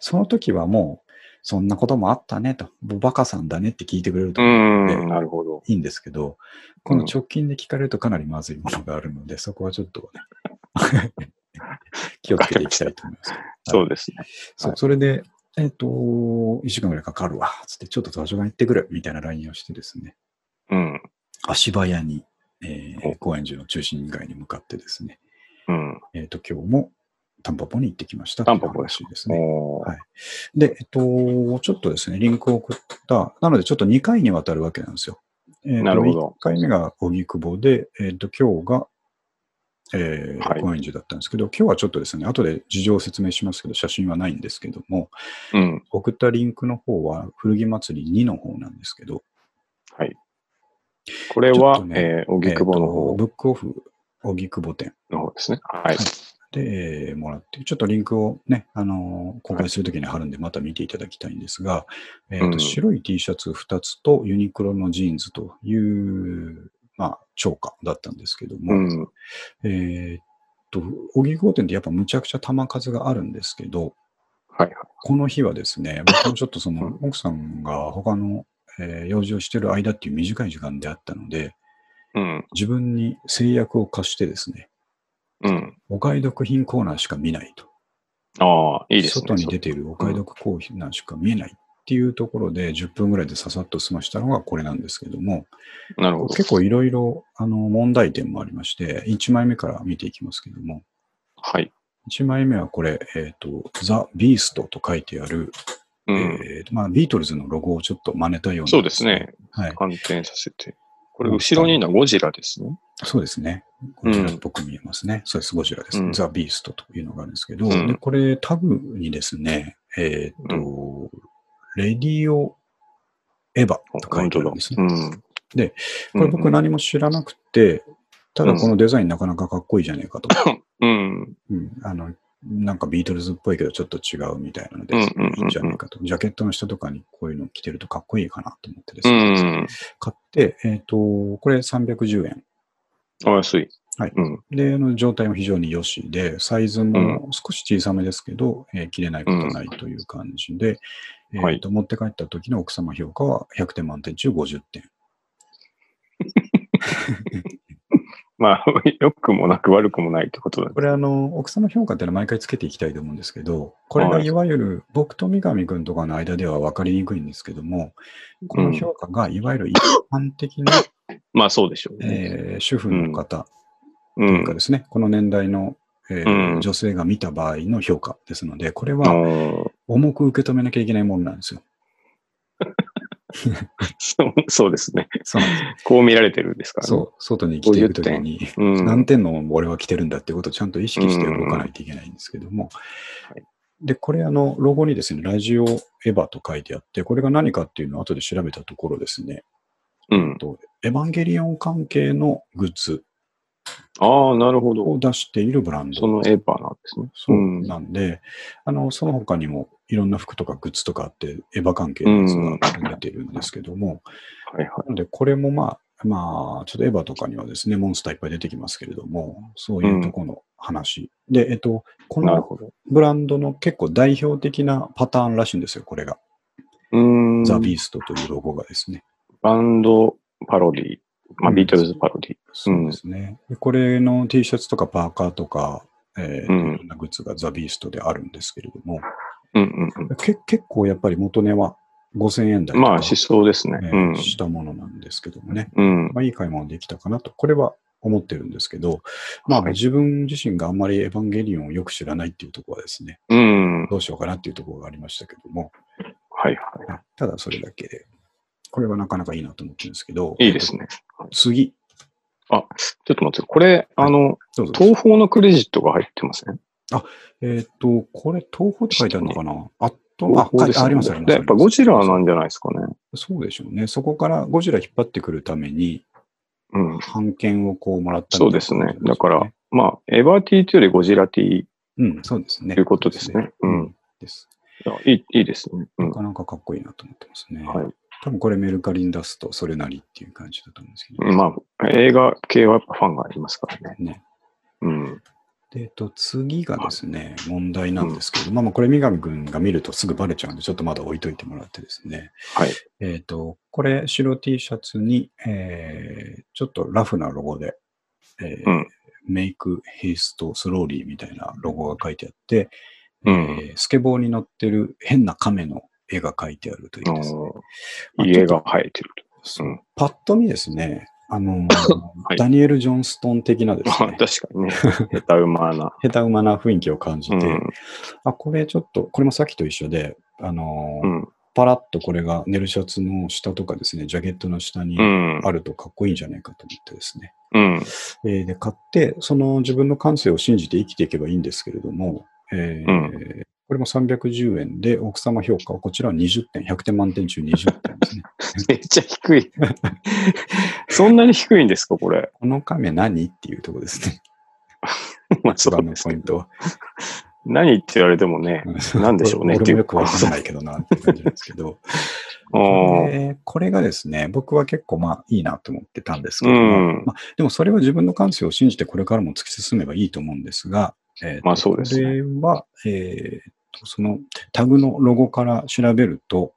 [SPEAKER 2] その時はもう、そんなこともあったねと、バカさんだねって聞いてくれると
[SPEAKER 1] う
[SPEAKER 2] 思う
[SPEAKER 1] ーん、なるほど。
[SPEAKER 2] いいんですけど、この直近で聞かれるとかなりまずいものがあるので、そこはちょっと、ね、 気をつけていきたいと思います。
[SPEAKER 1] そうですね。
[SPEAKER 2] そう
[SPEAKER 1] は、い
[SPEAKER 2] それで、えっ、と、1時間ぐらいかかるわ、つって、ちょっと図書館行ってくる、みたいな LINE をしてですね、
[SPEAKER 1] うん、
[SPEAKER 2] 足早に、えー
[SPEAKER 1] お
[SPEAKER 2] 高円寺の中心街に向かってですね、
[SPEAKER 1] うん。
[SPEAKER 2] えっ、と、今日もタンポポに行ってきました。
[SPEAKER 1] タンポポ
[SPEAKER 2] で
[SPEAKER 1] です
[SPEAKER 2] ですね。
[SPEAKER 1] おー
[SPEAKER 2] はいで、えっ、と、ちょっとですね、リンクを送った、なのでちょっと2回にわたるわけなんですよ。えーと
[SPEAKER 1] なるほど
[SPEAKER 2] 1回目が荻窪で、えっ、と、今日が、えー
[SPEAKER 1] はい
[SPEAKER 2] 高円寺だったんですけど、今日はちょっとですね、後で事情を説明しますけど、写真はないんですけども、
[SPEAKER 1] うん、
[SPEAKER 2] 送ったリンクの方は、古着祭り2の方なんですけど、
[SPEAKER 1] はい。これ
[SPEAKER 2] ちょ
[SPEAKER 1] は
[SPEAKER 2] っと、ね
[SPEAKER 1] えー、荻窪の
[SPEAKER 2] えーと
[SPEAKER 1] 方
[SPEAKER 2] ブックオフ、荻窪店
[SPEAKER 1] の方ですね。はい。
[SPEAKER 2] で、えーもらって、ちょっとリンクをね、あのー公開するときに貼るんで、また見ていただきたいんですが、えーと
[SPEAKER 1] うん
[SPEAKER 2] 白い T シャツ2つとユニクロのジーンズという、まあ、超過だったんですけども、
[SPEAKER 1] うん、
[SPEAKER 2] えーっと、荻窪店ってやっぱむちゃくちゃ玉数があるんですけど、
[SPEAKER 1] はいはい。
[SPEAKER 2] この日はですね、僕もちょっとそうの奥さんが他の、えー用事をしてる間っていう短い時間であったので、
[SPEAKER 1] うん、
[SPEAKER 2] 自分に制約を課してですね、
[SPEAKER 1] うん。
[SPEAKER 2] お買い得品コーナーしか見ないと。
[SPEAKER 1] ああ、いいですね。
[SPEAKER 2] 外に出ているお買い得コーナーしか見えないっっていうところで10分ぐらいでささっと済ましたのがこれなんですけども、
[SPEAKER 1] なるほど。
[SPEAKER 2] 結構いろいろあの問題点もありまして、1枚目から見ていきますけども、
[SPEAKER 1] はい。
[SPEAKER 2] 1枚目はこれ、えっ、と、ザ・ビーストと書いてある、
[SPEAKER 1] うん。
[SPEAKER 2] えーとまあ、ビートルズのロゴをちょっと真似たような、
[SPEAKER 1] そうですね。
[SPEAKER 2] はい。
[SPEAKER 1] 反転させて。これ、後ろにいるのはゴジラですね。
[SPEAKER 2] そうですね。ゴジラっぽく見えますね。そうです、ゴジラです。
[SPEAKER 1] うん
[SPEAKER 2] ザ・ビーストというのがあるんですけど、
[SPEAKER 1] うん
[SPEAKER 2] でこれタグにですね、えっ、と、レディオ・エヴァと書い
[SPEAKER 1] 本
[SPEAKER 2] てあ
[SPEAKER 1] 当
[SPEAKER 2] る
[SPEAKER 1] だ
[SPEAKER 2] んです。ね。
[SPEAKER 1] うん。
[SPEAKER 2] でこ
[SPEAKER 1] う
[SPEAKER 2] れ
[SPEAKER 1] ん、
[SPEAKER 2] 僕何も知らなくて、ただこのデザインなかなかかっこいいじゃねえ かと。
[SPEAKER 1] うん。
[SPEAKER 2] うん、あの、なんかビートルズっぽいけどちょっと違うみたいなので、
[SPEAKER 1] うん
[SPEAKER 2] い
[SPEAKER 1] うんうんうん
[SPEAKER 2] いじゃねえかと。ジャケットの下とかにこういうの着てるとかっこいいかなと思ってです
[SPEAKER 1] う
[SPEAKER 2] ね、
[SPEAKER 1] ん。
[SPEAKER 2] 買って、えっ、と、これ310円。
[SPEAKER 1] お安い。
[SPEAKER 2] はい
[SPEAKER 1] うん。
[SPEAKER 2] で、あの状態も非常に良しで、サイズも少し小さめですけど、えー切れないことないという感じで、
[SPEAKER 1] ん
[SPEAKER 2] えーと持って帰った時の奥様評価は100点満点中50点。
[SPEAKER 1] まあ、 良くもなく悪くもないってことだね
[SPEAKER 2] こ。れあの、奥様評価ってのは毎回つけていきたいと思うんですけど、これが
[SPEAKER 1] はい
[SPEAKER 2] いわゆる僕と三上君とかの間では分かりにくいんですけども、この評価がいわゆる一般的な、
[SPEAKER 1] まあ、そうでしょうね。
[SPEAKER 2] えー主婦の方と
[SPEAKER 1] う
[SPEAKER 2] いうんか。ですね、この年代の、えー
[SPEAKER 1] うん
[SPEAKER 2] 女性が見た場合の評価ですので、これ
[SPEAKER 1] あ
[SPEAKER 2] は
[SPEAKER 1] ー
[SPEAKER 2] 重く受け止めなきゃいけないものなんですよ。
[SPEAKER 1] そうそうですね。
[SPEAKER 2] そうなんですよ
[SPEAKER 1] こう見られてるんですからね。
[SPEAKER 2] そう、外に着ていくときに、
[SPEAKER 1] うん。
[SPEAKER 2] 何点の俺は着てるんだってことをちゃんと意識して動かないといけないんですけども、
[SPEAKER 1] はい
[SPEAKER 2] で、これ、あの、ロゴにですね、ラジオエヴァと書いてあって、これが何かっていうのを後で調べたところですね、
[SPEAKER 1] うん。
[SPEAKER 2] とエヴァンゲリオン関係のグッズ
[SPEAKER 1] ああ、なるほど。
[SPEAKER 2] を出しているブランド。
[SPEAKER 1] そのエヴァなんですね。
[SPEAKER 2] そう
[SPEAKER 1] うん
[SPEAKER 2] なんで、あの、その他にもいろんな服とかグッズとかあって、エヴァ関係のやつが出てるんですけども、
[SPEAKER 1] はいは
[SPEAKER 2] なんで、これもまあ、まあ、ちょっとエヴァとかにはですね、モンスターいっぱい出てきますけれども、そういうとこの話。で、えっと、こ
[SPEAKER 1] い。なる
[SPEAKER 2] の
[SPEAKER 1] ほど。
[SPEAKER 2] ブランドの結構代表的なパターンらしいんですよ、これが。
[SPEAKER 1] うーん。
[SPEAKER 2] ザ・ビーストというロゴがですね。
[SPEAKER 1] バンドパロディ。ま
[SPEAKER 2] う
[SPEAKER 1] あ、
[SPEAKER 2] ん
[SPEAKER 1] ビートルズパロディ。
[SPEAKER 2] そうですね。でこれの T シャツとかパーカーとか、えー
[SPEAKER 1] うん
[SPEAKER 2] いろんなグッズがザ・ビーストであるんですけれども、
[SPEAKER 1] うんうん
[SPEAKER 2] け結構やっぱり元値は5000円台と
[SPEAKER 1] うん。
[SPEAKER 2] か、
[SPEAKER 1] まあ、しそうですね。
[SPEAKER 2] え
[SPEAKER 1] う
[SPEAKER 2] ー
[SPEAKER 1] ん。
[SPEAKER 2] したものなんですけどもね。
[SPEAKER 1] うん。
[SPEAKER 2] まあ、いい買い物できたかなと、これは思ってるんですけど、まあ、
[SPEAKER 1] はい
[SPEAKER 2] 自分自身があんまりエヴァンゲリオンをよく知らないっていうところはですね、
[SPEAKER 1] うん。はい
[SPEAKER 2] どうしようかなっていうところがありましたけども、
[SPEAKER 1] はい。
[SPEAKER 2] ただそれだけで、これはなかなかいいなと思ってるんですけど、
[SPEAKER 1] いいですね。
[SPEAKER 2] 次、
[SPEAKER 1] ちょっと待って、これ、あの、
[SPEAKER 2] どうぞ。
[SPEAKER 1] 東宝のクレジットが入ってません
[SPEAKER 2] えっ、と、これ、東宝って書いてあるのかなあと、あ
[SPEAKER 1] 東、
[SPEAKER 2] 書い
[SPEAKER 1] 宝です
[SPEAKER 2] て
[SPEAKER 1] ね
[SPEAKER 2] あります、あります。
[SPEAKER 1] やっぱゴジラなん
[SPEAKER 2] ん
[SPEAKER 1] じゃないですかね。
[SPEAKER 2] そうでしょうね。そこからゴジラ引っ張ってくるために、
[SPEAKER 1] うん。
[SPEAKER 2] 版権をこうもらったみた
[SPEAKER 1] そ
[SPEAKER 2] いうな
[SPEAKER 1] で
[SPEAKER 2] 感じ
[SPEAKER 1] す
[SPEAKER 2] なん
[SPEAKER 1] ね。だから、、まあ、エヴァティというよりゴジラティ
[SPEAKER 2] うん、そうですね。
[SPEAKER 1] ということですねうん。
[SPEAKER 2] です。
[SPEAKER 1] いいいいですね。う。
[SPEAKER 2] なんかなかかっこいいなと思ってますね。
[SPEAKER 1] はい。
[SPEAKER 2] 多分これメルカリに出すとそれなりっていう感じだと思うんですけど。
[SPEAKER 1] まあ、映画系はやっぱファンがいますからね。
[SPEAKER 2] ね。
[SPEAKER 1] うん。
[SPEAKER 2] で、えっと、次がですね、問題なんですけど、まあまあこれ三上くんが見るとすぐバレちゃうんで、ちょっとまだ置いといてもらってですね。
[SPEAKER 1] はい。
[SPEAKER 2] えっ、と、これ白 T シャツに、えー、ちょっとラフなロゴで、えー
[SPEAKER 1] うん
[SPEAKER 2] メイク、ヘイスト、スローリーみたいなロゴが書いてあって、
[SPEAKER 1] うん
[SPEAKER 2] えースケボーに乗ってる変な亀の絵が書いてあるというですね。
[SPEAKER 1] あー家が生えてる
[SPEAKER 2] そう
[SPEAKER 1] うん
[SPEAKER 2] パッと見ですね、あの
[SPEAKER 1] はい
[SPEAKER 2] ダニエル・ジョンストン的なで
[SPEAKER 1] と。
[SPEAKER 2] す
[SPEAKER 1] まあ
[SPEAKER 2] ね
[SPEAKER 1] 確、かにね。下手馬 な。
[SPEAKER 2] 下手馬な雰囲気を感じ
[SPEAKER 1] う
[SPEAKER 2] て、
[SPEAKER 1] ん。
[SPEAKER 2] あ、これちょっと、これもさっきと一緒で、あのー
[SPEAKER 1] うん。
[SPEAKER 2] パラッとこれが寝るシャツの下とかですね、ジャケットの下に
[SPEAKER 1] うん。
[SPEAKER 2] あるとかっこいいんじゃないかと思ってですね。
[SPEAKER 1] うん。
[SPEAKER 2] えーで、買って、その自分の感性を信じて生きていけばいいんですけれども、えー
[SPEAKER 1] うん
[SPEAKER 2] これも310円で、奥様評価はこちらは20点、100点満点中20点です ね。
[SPEAKER 1] めっちゃ低い。 そんなに低いんですか、これ。
[SPEAKER 2] この亀何っていうところですね。
[SPEAKER 1] まあ、
[SPEAKER 2] 一
[SPEAKER 1] そ
[SPEAKER 2] 番
[SPEAKER 1] う
[SPEAKER 2] の
[SPEAKER 1] です
[SPEAKER 2] ポイ
[SPEAKER 1] けど
[SPEAKER 2] ントは。
[SPEAKER 1] 何って言われてもね。 なんでしょうね
[SPEAKER 2] 俺もよくわからないけどなって感じなんですけ ど。
[SPEAKER 1] あー
[SPEAKER 2] でこれがですね、僕は結構まあいいなと思ってたんですけ
[SPEAKER 1] う
[SPEAKER 2] ども、
[SPEAKER 1] ん。
[SPEAKER 2] まあ、でもそれは自分の感性を信じてこれからも突き進めばいいと思うんですが、えーと
[SPEAKER 1] まあそうですね
[SPEAKER 2] これは、えーとそのタグのロゴから調べると、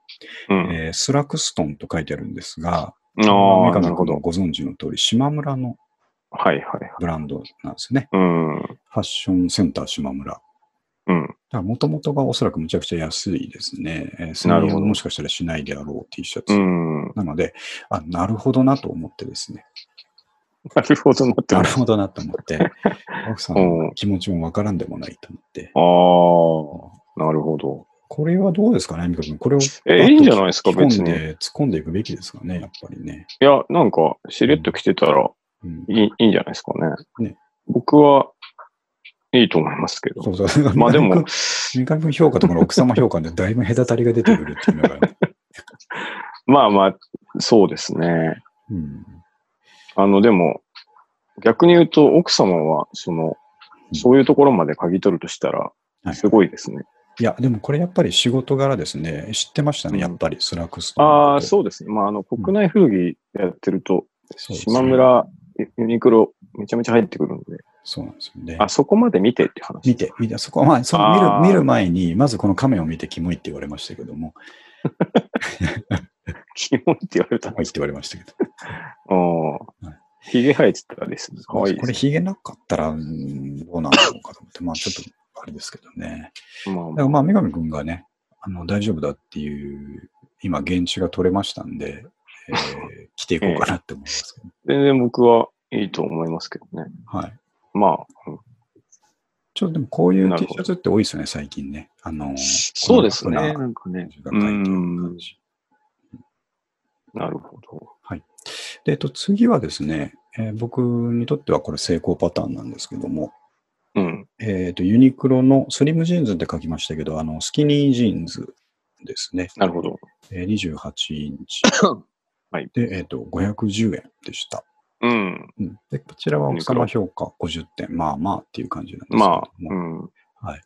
[SPEAKER 1] うん。
[SPEAKER 2] えースラクストンと書いてあるんですが、
[SPEAKER 1] ああ、
[SPEAKER 2] 三上
[SPEAKER 1] な
[SPEAKER 2] 君
[SPEAKER 1] るほ
[SPEAKER 2] の
[SPEAKER 1] ど。
[SPEAKER 2] ご存知の通り、島村の
[SPEAKER 1] はいはいはい。
[SPEAKER 2] ブランドなんですね。
[SPEAKER 1] うん。
[SPEAKER 2] ファッションセンター島村。
[SPEAKER 1] うん。
[SPEAKER 2] だから元々がおそらくむちゃくちゃ安いですね。えー、
[SPEAKER 1] な
[SPEAKER 2] 1000
[SPEAKER 1] る
[SPEAKER 2] 円
[SPEAKER 1] ほど
[SPEAKER 2] ももしかしたらしないであろう T シャツ。
[SPEAKER 1] うん。
[SPEAKER 2] なので、あ、なるほどなと思ってですね。
[SPEAKER 1] なるほどなって
[SPEAKER 2] な
[SPEAKER 1] ま
[SPEAKER 2] る
[SPEAKER 1] す。
[SPEAKER 2] ほどなと思 って、奥さん
[SPEAKER 1] う
[SPEAKER 2] の
[SPEAKER 1] ん
[SPEAKER 2] 気持ちもわからんでもないと思って。
[SPEAKER 1] ああ、なるほど。
[SPEAKER 2] これはどうですかね、ミカ君。これを。
[SPEAKER 1] え、いいんじゃないですか、
[SPEAKER 2] 突っ
[SPEAKER 1] 別
[SPEAKER 2] 込ん
[SPEAKER 1] に。い
[SPEAKER 2] で、突っ込んでいくべきですかね、やっぱりね。
[SPEAKER 1] や、なんか、しれっと着てたら
[SPEAKER 2] うん。
[SPEAKER 1] いいいいんじゃないですかね。
[SPEAKER 2] ね
[SPEAKER 1] 僕は、いいと思いますけ
[SPEAKER 2] そ
[SPEAKER 1] ど。
[SPEAKER 2] うそう。
[SPEAKER 1] まあでも、
[SPEAKER 2] 三上君評価とこの奥様評価でだいぶ隔たりが出てくるっていうのが、
[SPEAKER 1] まあまあ、そうですね。
[SPEAKER 2] うん。
[SPEAKER 1] あの、でも、逆に言うと、奥様は、その、
[SPEAKER 2] うん
[SPEAKER 1] そういうところまで嗅ぎ取るとしたら
[SPEAKER 2] は、い
[SPEAKER 1] すごいですね。
[SPEAKER 2] いや、でもこれやっぱり仕事柄ですね。知ってました
[SPEAKER 1] う
[SPEAKER 2] ね、
[SPEAKER 1] ん
[SPEAKER 2] やっぱり、スラックス
[SPEAKER 1] ああ、
[SPEAKER 2] う。
[SPEAKER 1] そうですね。まあ、あの、国内古着やってると、
[SPEAKER 2] そうですね
[SPEAKER 1] 島。村、ユユニクロ、めちゃめちゃ入ってくるんで、
[SPEAKER 2] そうなんですよね。
[SPEAKER 1] あ、そこまで見てって話。
[SPEAKER 2] 見て、見て、そこは、まあ、その
[SPEAKER 1] あー
[SPEAKER 2] 見る、見る前に、まずこの画面を見て、キモいって言われましたけども、
[SPEAKER 1] キモいって言われ
[SPEAKER 2] キ
[SPEAKER 1] たら
[SPEAKER 2] モいって言われましたけど、
[SPEAKER 1] ああ、ひげ生えてたらですね。かわいい
[SPEAKER 2] こ
[SPEAKER 1] で
[SPEAKER 2] れ、
[SPEAKER 1] す
[SPEAKER 2] ヒゲなかったら、うんどうなるのかと思って、まあ、ちょっと、あれですけどね。
[SPEAKER 1] ね。まあ
[SPEAKER 2] だ
[SPEAKER 1] ま
[SPEAKER 2] か
[SPEAKER 1] あ
[SPEAKER 2] ら、まあ、三上君がね、あの、大丈夫だっていう、今、現地が取れましたんで、え ー来ていこうかなって思いますけど、
[SPEAKER 1] 全然僕はいいと思いますけどね。
[SPEAKER 2] はい。
[SPEAKER 1] まあ、うん
[SPEAKER 2] ちょっとでも、こういう
[SPEAKER 1] な
[SPEAKER 2] T
[SPEAKER 1] る
[SPEAKER 2] シ
[SPEAKER 1] ほ
[SPEAKER 2] ャ
[SPEAKER 1] ど
[SPEAKER 2] ツって多いですよね、最近ね。あの、
[SPEAKER 1] そうですね。
[SPEAKER 2] このラフ
[SPEAKER 1] なんかね。
[SPEAKER 2] な感じが書いてある
[SPEAKER 1] うん
[SPEAKER 2] 感じ。
[SPEAKER 1] なるほど。
[SPEAKER 2] で、えっと、次はですね、えー僕にとってはこれ成功パターンなんですけども、
[SPEAKER 1] うん。
[SPEAKER 2] えっ、と、ユニクロのスリムジーンズって書きましたけど、あの、スキニージーンズですね。
[SPEAKER 1] なるほど。
[SPEAKER 2] えー28インチ。
[SPEAKER 1] はい。
[SPEAKER 2] で、えっ、と、510円でした。
[SPEAKER 1] うん。
[SPEAKER 2] うん、で、こちらは
[SPEAKER 1] ユ
[SPEAKER 2] 奥
[SPEAKER 1] ニクロ
[SPEAKER 2] 様評価50点。まあまあっていう感じなんですけども。
[SPEAKER 1] まあ、うん。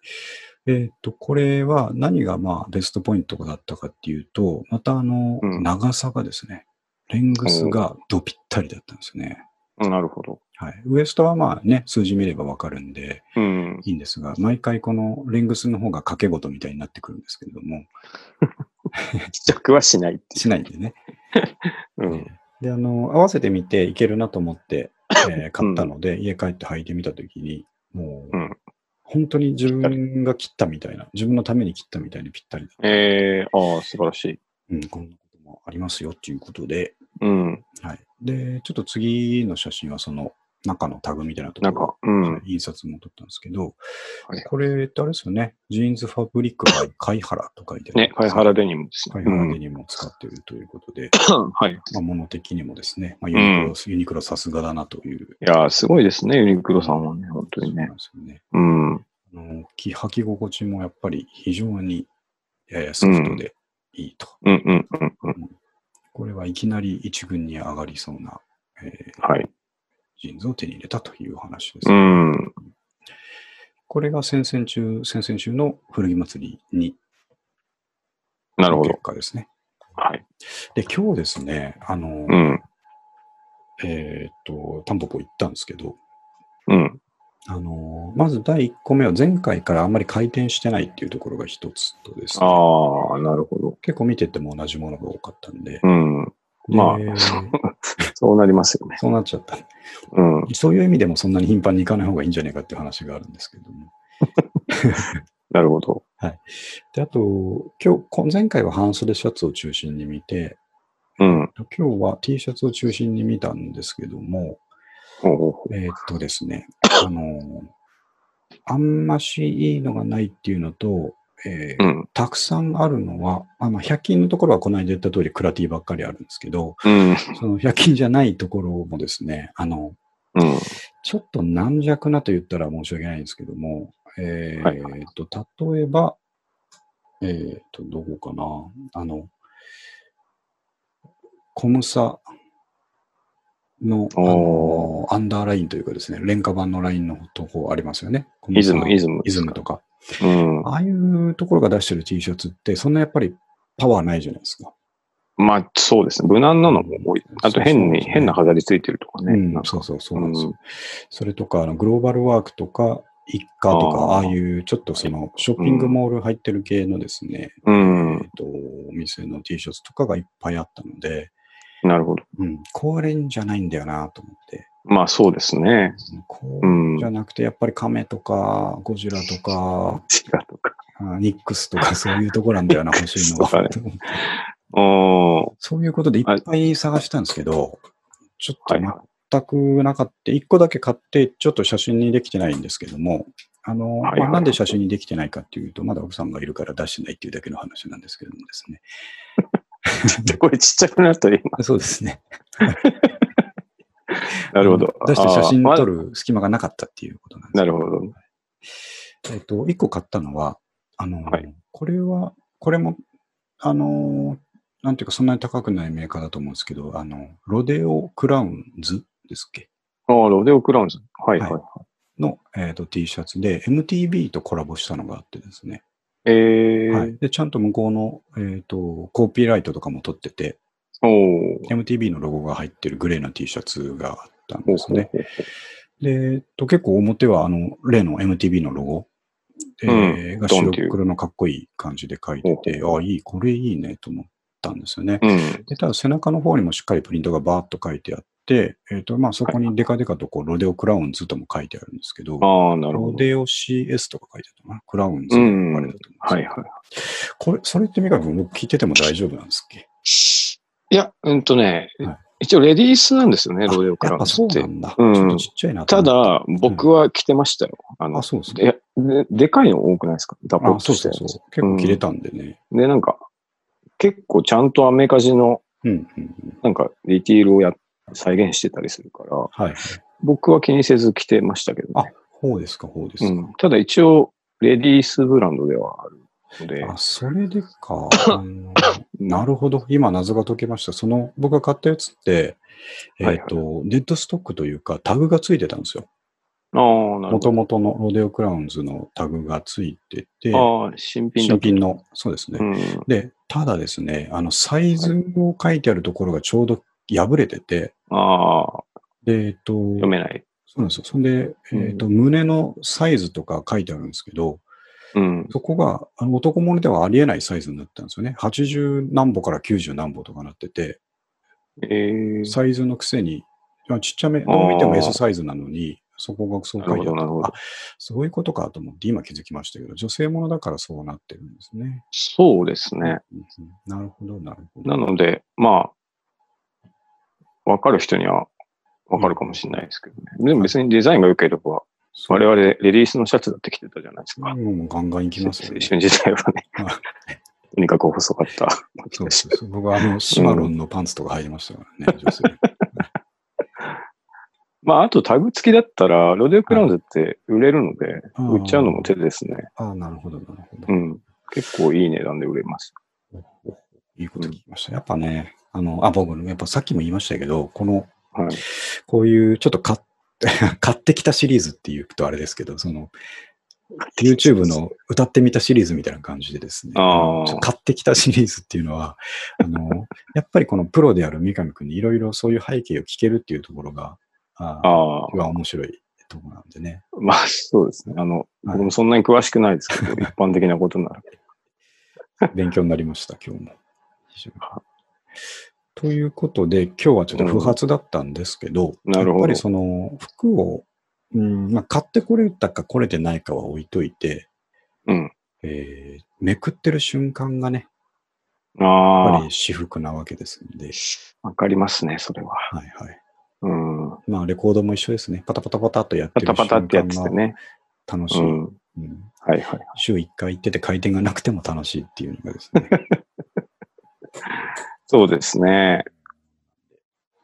[SPEAKER 2] えっ、と、これは何がまあベストポイントだったかっていうと、またあの、
[SPEAKER 1] うん
[SPEAKER 2] 長さがですね、レングスがドぴったりだったんですね。
[SPEAKER 1] なるほど。
[SPEAKER 2] はい。ウエストはまあね、数字見ればわかるんで
[SPEAKER 1] うん。
[SPEAKER 2] いいんですが、毎回このレングスの方が掛け事みたいになってくるんですけれども、
[SPEAKER 1] 試着はしないって
[SPEAKER 2] しないんでね。
[SPEAKER 1] いう。
[SPEAKER 2] えー
[SPEAKER 1] うん。
[SPEAKER 2] で、あの、合わせてみていけるなと思 って、えー買ったので、家帰って履いてみたときに、もう、
[SPEAKER 1] うん
[SPEAKER 2] 本当に自分が切ったみたいな、自分のために切ったみたいにぴったりだった。
[SPEAKER 1] えー、ああ、素晴らしい。
[SPEAKER 2] うん、こんなこともありますよっていうことで、
[SPEAKER 1] うん。
[SPEAKER 2] はい。で、ちょっと次の写真はその中のタグみたいなとこ
[SPEAKER 1] な
[SPEAKER 2] ろ
[SPEAKER 1] んか、うん。
[SPEAKER 2] 印刷も撮ったんですけど、
[SPEAKER 1] はい
[SPEAKER 2] これってあれですよね、ジーンズファブリックが貝原と書いてある
[SPEAKER 1] ね、貝原デニムですね。
[SPEAKER 2] 貝原デニムを使っているということで、
[SPEAKER 1] うんはい。い
[SPEAKER 2] まあ、物的にもですね、まあ、ユニクロ、ユニクロさすがだなという。
[SPEAKER 1] やー、すごいですね、ユニクロさんはね、本当に
[SPEAKER 2] そう
[SPEAKER 1] ね
[SPEAKER 2] な。んですよね。
[SPEAKER 1] うん。う
[SPEAKER 2] あのき履き心地もやっぱり非常にえーソフトでいいと。
[SPEAKER 1] んうんうんうん。
[SPEAKER 2] これはいきなり一軍に上がりそうな、えー
[SPEAKER 1] はい。
[SPEAKER 2] ジーンズを手に入れたという話です。
[SPEAKER 1] うん。
[SPEAKER 2] これが先々中、先々週の古着祭りに、
[SPEAKER 1] なるほど
[SPEAKER 2] 結。果ですね。
[SPEAKER 1] はい。
[SPEAKER 2] で、今日ですね、あの、
[SPEAKER 1] うん。
[SPEAKER 2] えーっと、タンポポ行ったんですけど、
[SPEAKER 1] うん。
[SPEAKER 2] あの、まず第1個目は前回からあんまり回転してないっていうところが一つとですね、
[SPEAKER 1] ああ、なるほど。
[SPEAKER 2] 結構見てても同じものが多かったんで、
[SPEAKER 1] うん。まあ
[SPEAKER 2] で、
[SPEAKER 1] そうなりますよね。
[SPEAKER 2] そうなっちゃった。
[SPEAKER 1] うん。
[SPEAKER 2] そういう意味でもそんなに頻繁に行かない方がいいんじゃないかっていう話があるんですけども。
[SPEAKER 1] なるほど。
[SPEAKER 2] で、あと、今日こ、前回は半袖シャツを中心に見て、
[SPEAKER 1] うん。
[SPEAKER 2] 今日は T シャツを中心に見たんですけども、
[SPEAKER 1] ほうほうほ
[SPEAKER 2] えーっとですね、あのーあんましいいのがないっていうのと、えー
[SPEAKER 1] う。うん。
[SPEAKER 2] たくさんあるのは、あまあ、100均のところはこの間言った通りクラティばっかりあるんですけど、
[SPEAKER 1] うん。
[SPEAKER 2] その100均じゃないところもですね、あの、
[SPEAKER 1] うん。
[SPEAKER 2] ちょっと軟弱なと言ったら申し訳ないんですけども、えー
[SPEAKER 1] はいはい
[SPEAKER 2] っと、例えば、えーっと、どこかな、あの、コムサのあの
[SPEAKER 1] お
[SPEAKER 2] アンダーラインというかですね、廉価版のラインのとこありますよね。コム
[SPEAKER 1] イズ
[SPEAKER 2] サ
[SPEAKER 1] ム、イズム。
[SPEAKER 2] イズムとか。
[SPEAKER 1] うん。
[SPEAKER 2] ああいうところが出してる T シャツって、そんなやっぱりパワーないじゃないですか。
[SPEAKER 1] まあ、そうですね。無難なのも多い。あと、変
[SPEAKER 2] そうそう
[SPEAKER 1] に、
[SPEAKER 2] そう
[SPEAKER 1] 変な飾りついてるとかね。
[SPEAKER 2] う
[SPEAKER 1] なん
[SPEAKER 2] ん、
[SPEAKER 1] か
[SPEAKER 2] そうそう、そうなんですよ。
[SPEAKER 1] うん
[SPEAKER 2] それとか、あのグローバルワークとか、一家とか、
[SPEAKER 1] あー
[SPEAKER 2] ああいうちょっとそのショッピングモール入ってる系のですね、
[SPEAKER 1] う
[SPEAKER 2] えっ
[SPEAKER 1] ん。
[SPEAKER 2] と、お店の T シャツとかがいっぱいあったので、
[SPEAKER 1] なるほど。
[SPEAKER 2] うん、これんじゃないんだよなと思って、
[SPEAKER 1] まあそうですね。
[SPEAKER 2] こ
[SPEAKER 1] うん
[SPEAKER 2] うじゃなくて、やっぱり亀とか、ゴジラとか、
[SPEAKER 1] 違うとか。
[SPEAKER 2] あニックスと かそういうところなんだよな、欲しいのは
[SPEAKER 1] ニッ。おー
[SPEAKER 2] そういうことでいっぱい探したんですけど、ちょっ
[SPEAKER 1] はいはい
[SPEAKER 2] と全くなかった。1個だけ買って、ちょっと写真にできてないんですけども、あの、
[SPEAKER 1] はいはい
[SPEAKER 2] まあなんで写真にできてないかっていうと、まだ奥さんがいるから出してないっていうだけの話なんですけどもですね。
[SPEAKER 1] じゃあ これちっちゃくなったら今。
[SPEAKER 2] そうですね。
[SPEAKER 1] なるほど。
[SPEAKER 2] 出して写真
[SPEAKER 1] あー
[SPEAKER 2] 撮る隙間がなかったっていうことなんですけ
[SPEAKER 1] なるほど。
[SPEAKER 2] えっと、一個買ったのは、あの、
[SPEAKER 1] はい
[SPEAKER 2] これは、これも、あの、なんていうか、そんなに高くないメーカーだと思うんですけど、あの、ロデオクラウンズですっけ
[SPEAKER 1] ああ、ロデオクラウンズ。はいはい。
[SPEAKER 2] はの、えっと T シャツで、MTB とコラボしたのがあってですね、
[SPEAKER 1] えー、
[SPEAKER 2] はい、でちゃんと向こうの、えっとコピーライトとかも取ってて、
[SPEAKER 1] おー
[SPEAKER 2] MTB のロゴが入ってるグレーな T シャツがあったん
[SPEAKER 1] ほう
[SPEAKER 2] です
[SPEAKER 1] ほう
[SPEAKER 2] ね。
[SPEAKER 1] ほう
[SPEAKER 2] で、えっと結構表は、あの、例の MTB のロゴ、えー
[SPEAKER 1] うん
[SPEAKER 2] が
[SPEAKER 1] ドン
[SPEAKER 2] 白
[SPEAKER 1] っていう
[SPEAKER 2] 黒のかっこいい感じで書いてて、ああ、いい、これいいねと思ったんですよね。
[SPEAKER 1] うん。
[SPEAKER 2] で、ただ背中の方にもしっかりプリントがバーッと書いてあって、えっ、と、まあそこにデカデカとこう、ロデオクラウンズとも書いてあるんですけど、
[SPEAKER 1] ああ、なるほ
[SPEAKER 2] ロ
[SPEAKER 1] ど。
[SPEAKER 2] デオ CS とか書いてあるのかなクラウンズとか書かれたと思うんですけど
[SPEAKER 1] はいはい。
[SPEAKER 2] これ、それって三上君僕聞いてても大丈夫なんですっけ
[SPEAKER 1] いや、うんとね、
[SPEAKER 2] はい
[SPEAKER 1] 一応レディースなんですよね、
[SPEAKER 2] あ
[SPEAKER 1] ロデオクラ
[SPEAKER 2] やっ
[SPEAKER 1] ウン
[SPEAKER 2] ぱ
[SPEAKER 1] ズ
[SPEAKER 2] そう
[SPEAKER 1] っ
[SPEAKER 2] な
[SPEAKER 1] て。
[SPEAKER 2] んだ。
[SPEAKER 1] うん
[SPEAKER 2] ちょっとちっちゃいなと
[SPEAKER 1] た
[SPEAKER 2] 思って
[SPEAKER 1] だ、僕は着てましたよ。あの
[SPEAKER 2] あ、、そうです
[SPEAKER 1] い
[SPEAKER 2] ね。
[SPEAKER 1] やで、でかいの多くないですかダポ
[SPEAKER 2] あ、
[SPEAKER 1] ッ
[SPEAKER 2] そ
[SPEAKER 1] と
[SPEAKER 2] う
[SPEAKER 1] して
[SPEAKER 2] そうそう。結構切れたんでね。
[SPEAKER 1] で、なんか、結構ちゃんとアメカジの、
[SPEAKER 2] うん、うん、うん。
[SPEAKER 1] なんか、ディティールをや、再現してたりするから、
[SPEAKER 2] はい。
[SPEAKER 1] 僕は気にせず着てましたけど、ね
[SPEAKER 2] ほうですか、ほうです
[SPEAKER 1] う
[SPEAKER 2] か。
[SPEAKER 1] ん、ただ一応、レディースブランドではあるので、
[SPEAKER 2] あ、それでか。あのなるほど。今、謎が解けました。その、僕が買ったやつって、えっ、
[SPEAKER 1] はいはい
[SPEAKER 2] と、デッドストックというか、タグがついてたんですよ。
[SPEAKER 1] ああ、なるほ
[SPEAKER 2] も
[SPEAKER 1] ど
[SPEAKER 2] と。もとのロデオクラウンズのタグがついてて、
[SPEAKER 1] ああ、新品だ
[SPEAKER 2] 新
[SPEAKER 1] と。
[SPEAKER 2] 品の、そうですね。
[SPEAKER 1] うん。
[SPEAKER 2] で、ただですね、あの、サイズを書いてあるところがちょうど破れてて、
[SPEAKER 1] ああ、
[SPEAKER 2] で、えっと、
[SPEAKER 1] 読めない。
[SPEAKER 2] そうなんですよ。そんで、えっと、胸のサイズとか書いてあるんですけど、
[SPEAKER 1] うん。
[SPEAKER 2] そこが、あの男物ではありえないサイズになったんですよね。80何歩から90何歩とかなってて、
[SPEAKER 1] ええ
[SPEAKER 2] サイズのくせに、あちっちゃめ、どう見ても S サイズなのに、そこがそう
[SPEAKER 1] な
[SPEAKER 2] 書
[SPEAKER 1] る
[SPEAKER 2] い
[SPEAKER 1] ほ
[SPEAKER 2] てある。
[SPEAKER 1] ど、なるほど
[SPEAKER 2] あ。そういうことかと思って今気づきましたけど、女性ものだからそうなってるんですね。
[SPEAKER 1] そうですね。
[SPEAKER 2] うんなるほど、なるほど。
[SPEAKER 1] なので、まあ、わかる人にはわかるかもしれないですけどね。でも別にデザインが良ければ、
[SPEAKER 2] そう
[SPEAKER 1] 我々レディースのシャツだって着てたじゃないですか。
[SPEAKER 2] もうガンガンいきますよ
[SPEAKER 1] 青
[SPEAKER 2] ね。
[SPEAKER 1] 春時代はね
[SPEAKER 2] は。
[SPEAKER 1] とにかく細かった。
[SPEAKER 2] そうそうそう。僕はあの、シマロンのパンツとか入りましたからね、女性。
[SPEAKER 1] まあ、あとタグ付きだったら、ロデオクラウンズって売れるので、
[SPEAKER 2] あー
[SPEAKER 1] 売っちゃうのも手ですね。
[SPEAKER 2] ああ、なるほど、なるほど
[SPEAKER 1] う。ん。結構いい値段で売れます。
[SPEAKER 2] いいこと聞きました。やっぱね、あの、あ、僕、やっぱさっきも言いましたけど、この、
[SPEAKER 1] はい。
[SPEAKER 2] こういう、ちょっと買っ 買ってきたシリーズっていうとあれですけど、その、YouTube の歌ってみたシリーズみたいな感じでですね、
[SPEAKER 1] あー
[SPEAKER 2] ちょっと買ってきたシリーズっていうのは、あの、やっぱりこのプロである三上くんにいろいろそういう背景を聞けるっていうところが、あー
[SPEAKER 1] ああ、
[SPEAKER 2] が面白いところなんでね。
[SPEAKER 1] まあ、そうですね。あの、僕もそんなに詳しくないですけ ど、一般的なことなら。
[SPEAKER 2] 勉強になりました、今日も。非常にということで、今日はちょっと不発だったんですけど、
[SPEAKER 1] うんなるほど
[SPEAKER 2] やっぱりその服を、うんまあ、買ってこれたかこれてないかは置いといて、
[SPEAKER 1] うん。
[SPEAKER 2] えーめくってる瞬間がね、やっぱ
[SPEAKER 1] あ
[SPEAKER 2] り私服なわけですんで、
[SPEAKER 1] あ、わかりますね、それは。
[SPEAKER 2] はいはい。
[SPEAKER 1] うん。
[SPEAKER 2] まあ、レコードも一緒ですね。パタパタパタっとやって
[SPEAKER 1] パ
[SPEAKER 2] る
[SPEAKER 1] タ
[SPEAKER 2] 瞬
[SPEAKER 1] パタってやつって
[SPEAKER 2] 間が
[SPEAKER 1] ね。
[SPEAKER 2] 楽し
[SPEAKER 1] う
[SPEAKER 2] い。
[SPEAKER 1] ん。
[SPEAKER 2] うん
[SPEAKER 1] はいはい。
[SPEAKER 2] 週1回行ってて回転がなくても楽しいっていうのがですね。
[SPEAKER 1] そうですね。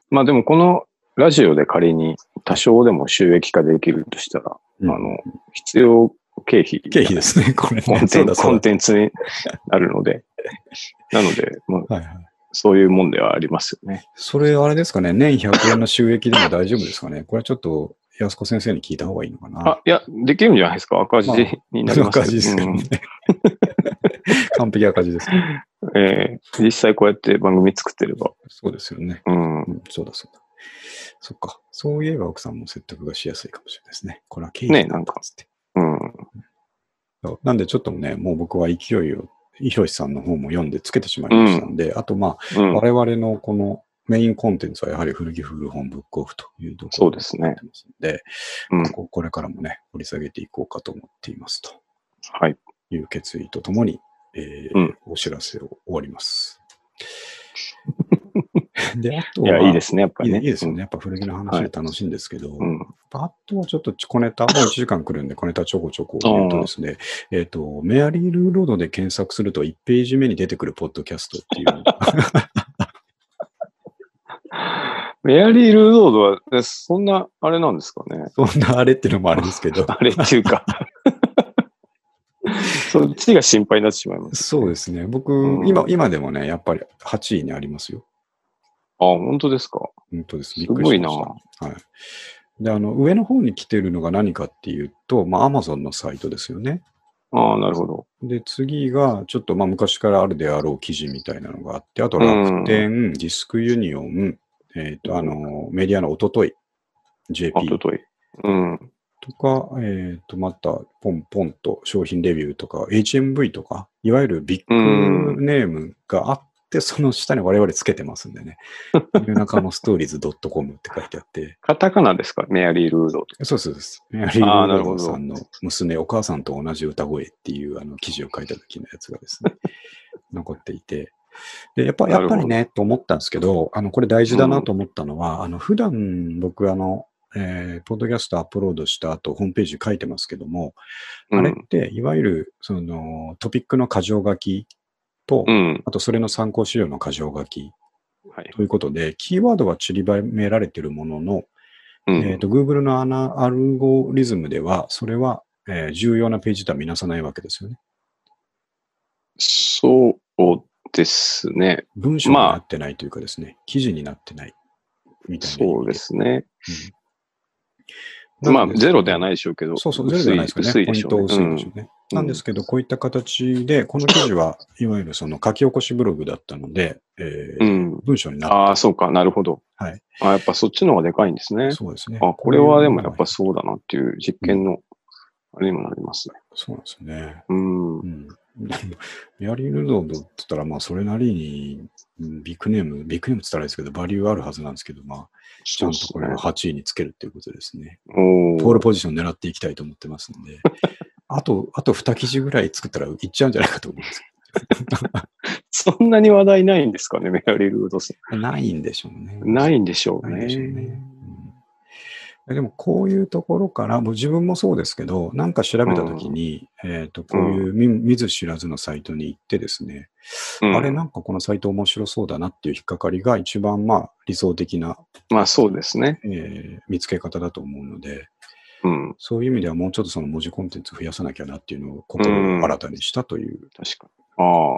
[SPEAKER 1] まあでも、このラジオで仮に多少でも収益化できるとしたら、
[SPEAKER 2] うん
[SPEAKER 1] あの、必要経費。
[SPEAKER 2] 経費ですね、これ
[SPEAKER 1] コ
[SPEAKER 2] ね。
[SPEAKER 1] ン
[SPEAKER 2] そ
[SPEAKER 1] テ
[SPEAKER 2] う
[SPEAKER 1] ン
[SPEAKER 2] だ
[SPEAKER 1] ツ、
[SPEAKER 2] そ
[SPEAKER 1] コ
[SPEAKER 2] う
[SPEAKER 1] ンテンツになる ので。なので、まあ、
[SPEAKER 2] だ。はいはい。
[SPEAKER 1] そういうもんではありますよね。
[SPEAKER 2] それ、あれですかね、年100円の収益でも大丈夫ですかね。これちょっと、安子先生に聞いた方がいいのかな。
[SPEAKER 1] あ、いや、できるんじゃないですか。赤字
[SPEAKER 2] まあ
[SPEAKER 1] になります
[SPEAKER 2] 赤字ですけどね。 完璧赤字ですね。
[SPEAKER 1] うんえー実際こうやって番組作ってれば。
[SPEAKER 2] そうですよね。
[SPEAKER 1] うん。
[SPEAKER 2] うん、そうだそうだ。そっか。そういえば奥さんも説得がしやすいかもしれないですね。これは経費
[SPEAKER 1] ね
[SPEAKER 2] なんだっつって。
[SPEAKER 1] うん。
[SPEAKER 2] そうなんでちょっとね、もう僕は勢いを、ひろしさんの方も読んでつけてしまいましたんで、あとまあ、
[SPEAKER 1] うん。
[SPEAKER 2] 我々のこのメインコンテンツはやはり古着古本ブックオフというところ
[SPEAKER 1] そうですね。
[SPEAKER 2] すので、
[SPEAKER 1] うん。
[SPEAKER 2] こここれからもね、掘り下げていこうかと思っていますと
[SPEAKER 1] はい。
[SPEAKER 2] いう決意とともに、えー
[SPEAKER 1] うん
[SPEAKER 2] お知らせを終わり ます。で、あと
[SPEAKER 1] い
[SPEAKER 2] は
[SPEAKER 1] や、いいですね、やっぱ
[SPEAKER 2] いい
[SPEAKER 1] り
[SPEAKER 2] ね
[SPEAKER 1] ね。
[SPEAKER 2] いいですよね。やっぱ古着の話で楽しいんですけど、
[SPEAKER 1] うん。うん。
[SPEAKER 2] あとはちょっと小ネ タ、もう1時間来るんで、小ネタちょこちょこ言うとですね、えっ、と、メアリー・ルーロードで検索すると1ページ目に出てくるポッドキャストってい うのが、
[SPEAKER 1] メアリー・ルーロードは、えそんな、あれなんですかね。
[SPEAKER 2] そんなあれっていうのもあれですけど、
[SPEAKER 1] あれっていうか。 そっちが心配になってしまいます。
[SPEAKER 2] そうですね。僕、
[SPEAKER 1] うん
[SPEAKER 2] 今、今でもね、やっぱり8位にありますよ。
[SPEAKER 1] あ、本当ですか。
[SPEAKER 2] 本当です。び
[SPEAKER 1] す
[SPEAKER 2] っくり
[SPEAKER 1] ご
[SPEAKER 2] し
[SPEAKER 1] い
[SPEAKER 2] ま
[SPEAKER 1] な。
[SPEAKER 2] した。
[SPEAKER 1] は
[SPEAKER 2] はい。で、あの、上の方に来てるのが何かっていうと、まあ、アマゾンのサイトですよね。
[SPEAKER 1] ああ、なるほど。
[SPEAKER 2] で、次が、ちょっと、まあ、昔からあるであろう記事みたいなのがあって、あと楽天、ディスクユニオン、えっ、と、あの、メディアのおととい、
[SPEAKER 1] あと
[SPEAKER 2] JP
[SPEAKER 1] とい。うん。
[SPEAKER 2] とか、えっ、と、また、ポンポンと商品レビューとか、HMV とか、いわゆるビッグネームがあって、その下に我々つけてますんで ね。夜中のストーリーズ .com って書いてあって、
[SPEAKER 1] カタカナですかメアリー・ルーロード。
[SPEAKER 2] そうそうです。メアリー・
[SPEAKER 1] あー
[SPEAKER 2] ゴールド
[SPEAKER 1] なるほど
[SPEAKER 2] さんの娘、お母さんと同じ歌声っていうあの記事を書いた時のやつがですね、 残っていて。で、やっぱ
[SPEAKER 1] な
[SPEAKER 2] や
[SPEAKER 1] る
[SPEAKER 2] っ
[SPEAKER 1] ほ
[SPEAKER 2] ぱ
[SPEAKER 1] ど
[SPEAKER 2] りね、と思ったんですけど、あの、これ大事だなと思ったのは、あの、普段僕、あの、えーポッドキャストアップロードした後、ホームページ書いてますけども、
[SPEAKER 1] うん
[SPEAKER 2] あれって、いわゆる、その、トピックの箇条書きと、
[SPEAKER 1] うん。
[SPEAKER 2] あとそれの参考資料の箇条書き
[SPEAKER 1] はい。
[SPEAKER 2] ということで、キーワードは散りばめられているものの、
[SPEAKER 1] うん。
[SPEAKER 2] えっと Google のアナアルゴリズムでは、それは、えー重要なページとは見なさないわけですよね。
[SPEAKER 1] そうですね。
[SPEAKER 2] 文章になってないというかですね、記事になってないみたいな。
[SPEAKER 1] そうで。すね。
[SPEAKER 2] うん
[SPEAKER 1] まあ、ゼロでは
[SPEAKER 2] は
[SPEAKER 1] ないでしょうけど。
[SPEAKER 2] そうそう、ゼロじゃないですかね。
[SPEAKER 1] 薄い
[SPEAKER 2] ポ
[SPEAKER 1] で
[SPEAKER 2] イ
[SPEAKER 1] し
[SPEAKER 2] ン
[SPEAKER 1] ょ
[SPEAKER 2] ト
[SPEAKER 1] う
[SPEAKER 2] 薄いで
[SPEAKER 1] ね
[SPEAKER 2] しょうね。なんですけど、こういった形で、この記事はいわゆるその書き起こしブログだったので、えー
[SPEAKER 1] うん。うん
[SPEAKER 2] 文章になっ
[SPEAKER 1] ああ、そうか。なるほど。
[SPEAKER 2] はい。
[SPEAKER 1] あやっぱそっちの方がでかいんですね
[SPEAKER 2] て、。そうですね。
[SPEAKER 1] あ、これはでもやっぱそうだなっていう実験の、あれにもなりますね。
[SPEAKER 2] そうなんですね。
[SPEAKER 1] うん
[SPEAKER 2] う。んメアリー・ルドードって言ったら、まあ、それなりに、うんビッグネーム、ビッグネームって言ったらあれですけど、バリューあるはずなんですけど、まあ、ち
[SPEAKER 1] そ
[SPEAKER 2] ゃ
[SPEAKER 1] うんで
[SPEAKER 2] と
[SPEAKER 1] す
[SPEAKER 2] こ
[SPEAKER 1] ね
[SPEAKER 2] れを。8位につけるっていうことですね。
[SPEAKER 1] お
[SPEAKER 2] ポー
[SPEAKER 1] ー
[SPEAKER 2] ルポジション狙っていきたいと思ってますん で、あと、あと2記事ぐらい作ったらいっちゃうんじゃないかと思うんです
[SPEAKER 1] そんなに話題ないんですかね、メアリー・ルードさ
[SPEAKER 2] けど、ないんでしょうね。
[SPEAKER 1] ん。ないんでしょう
[SPEAKER 2] ないでしょうね。う
[SPEAKER 1] ね。
[SPEAKER 2] んでもこういうところから、もう自分もそうですけど、なんか調べたときに、えっ、と、こういう見見ず知らずのサイトに行ってですね、
[SPEAKER 1] うん
[SPEAKER 2] あれなんかこのサイト面白そうだなっていう引っかかりが一番まあ理想的な、
[SPEAKER 1] まあそうですね。
[SPEAKER 2] えー見つけ方だと思うので、
[SPEAKER 1] うん。
[SPEAKER 2] そういう意味ではもうちょっとその文字コンテンツ増やさなきゃなっていうのを心を新たにしたという。
[SPEAKER 1] 確かに。あ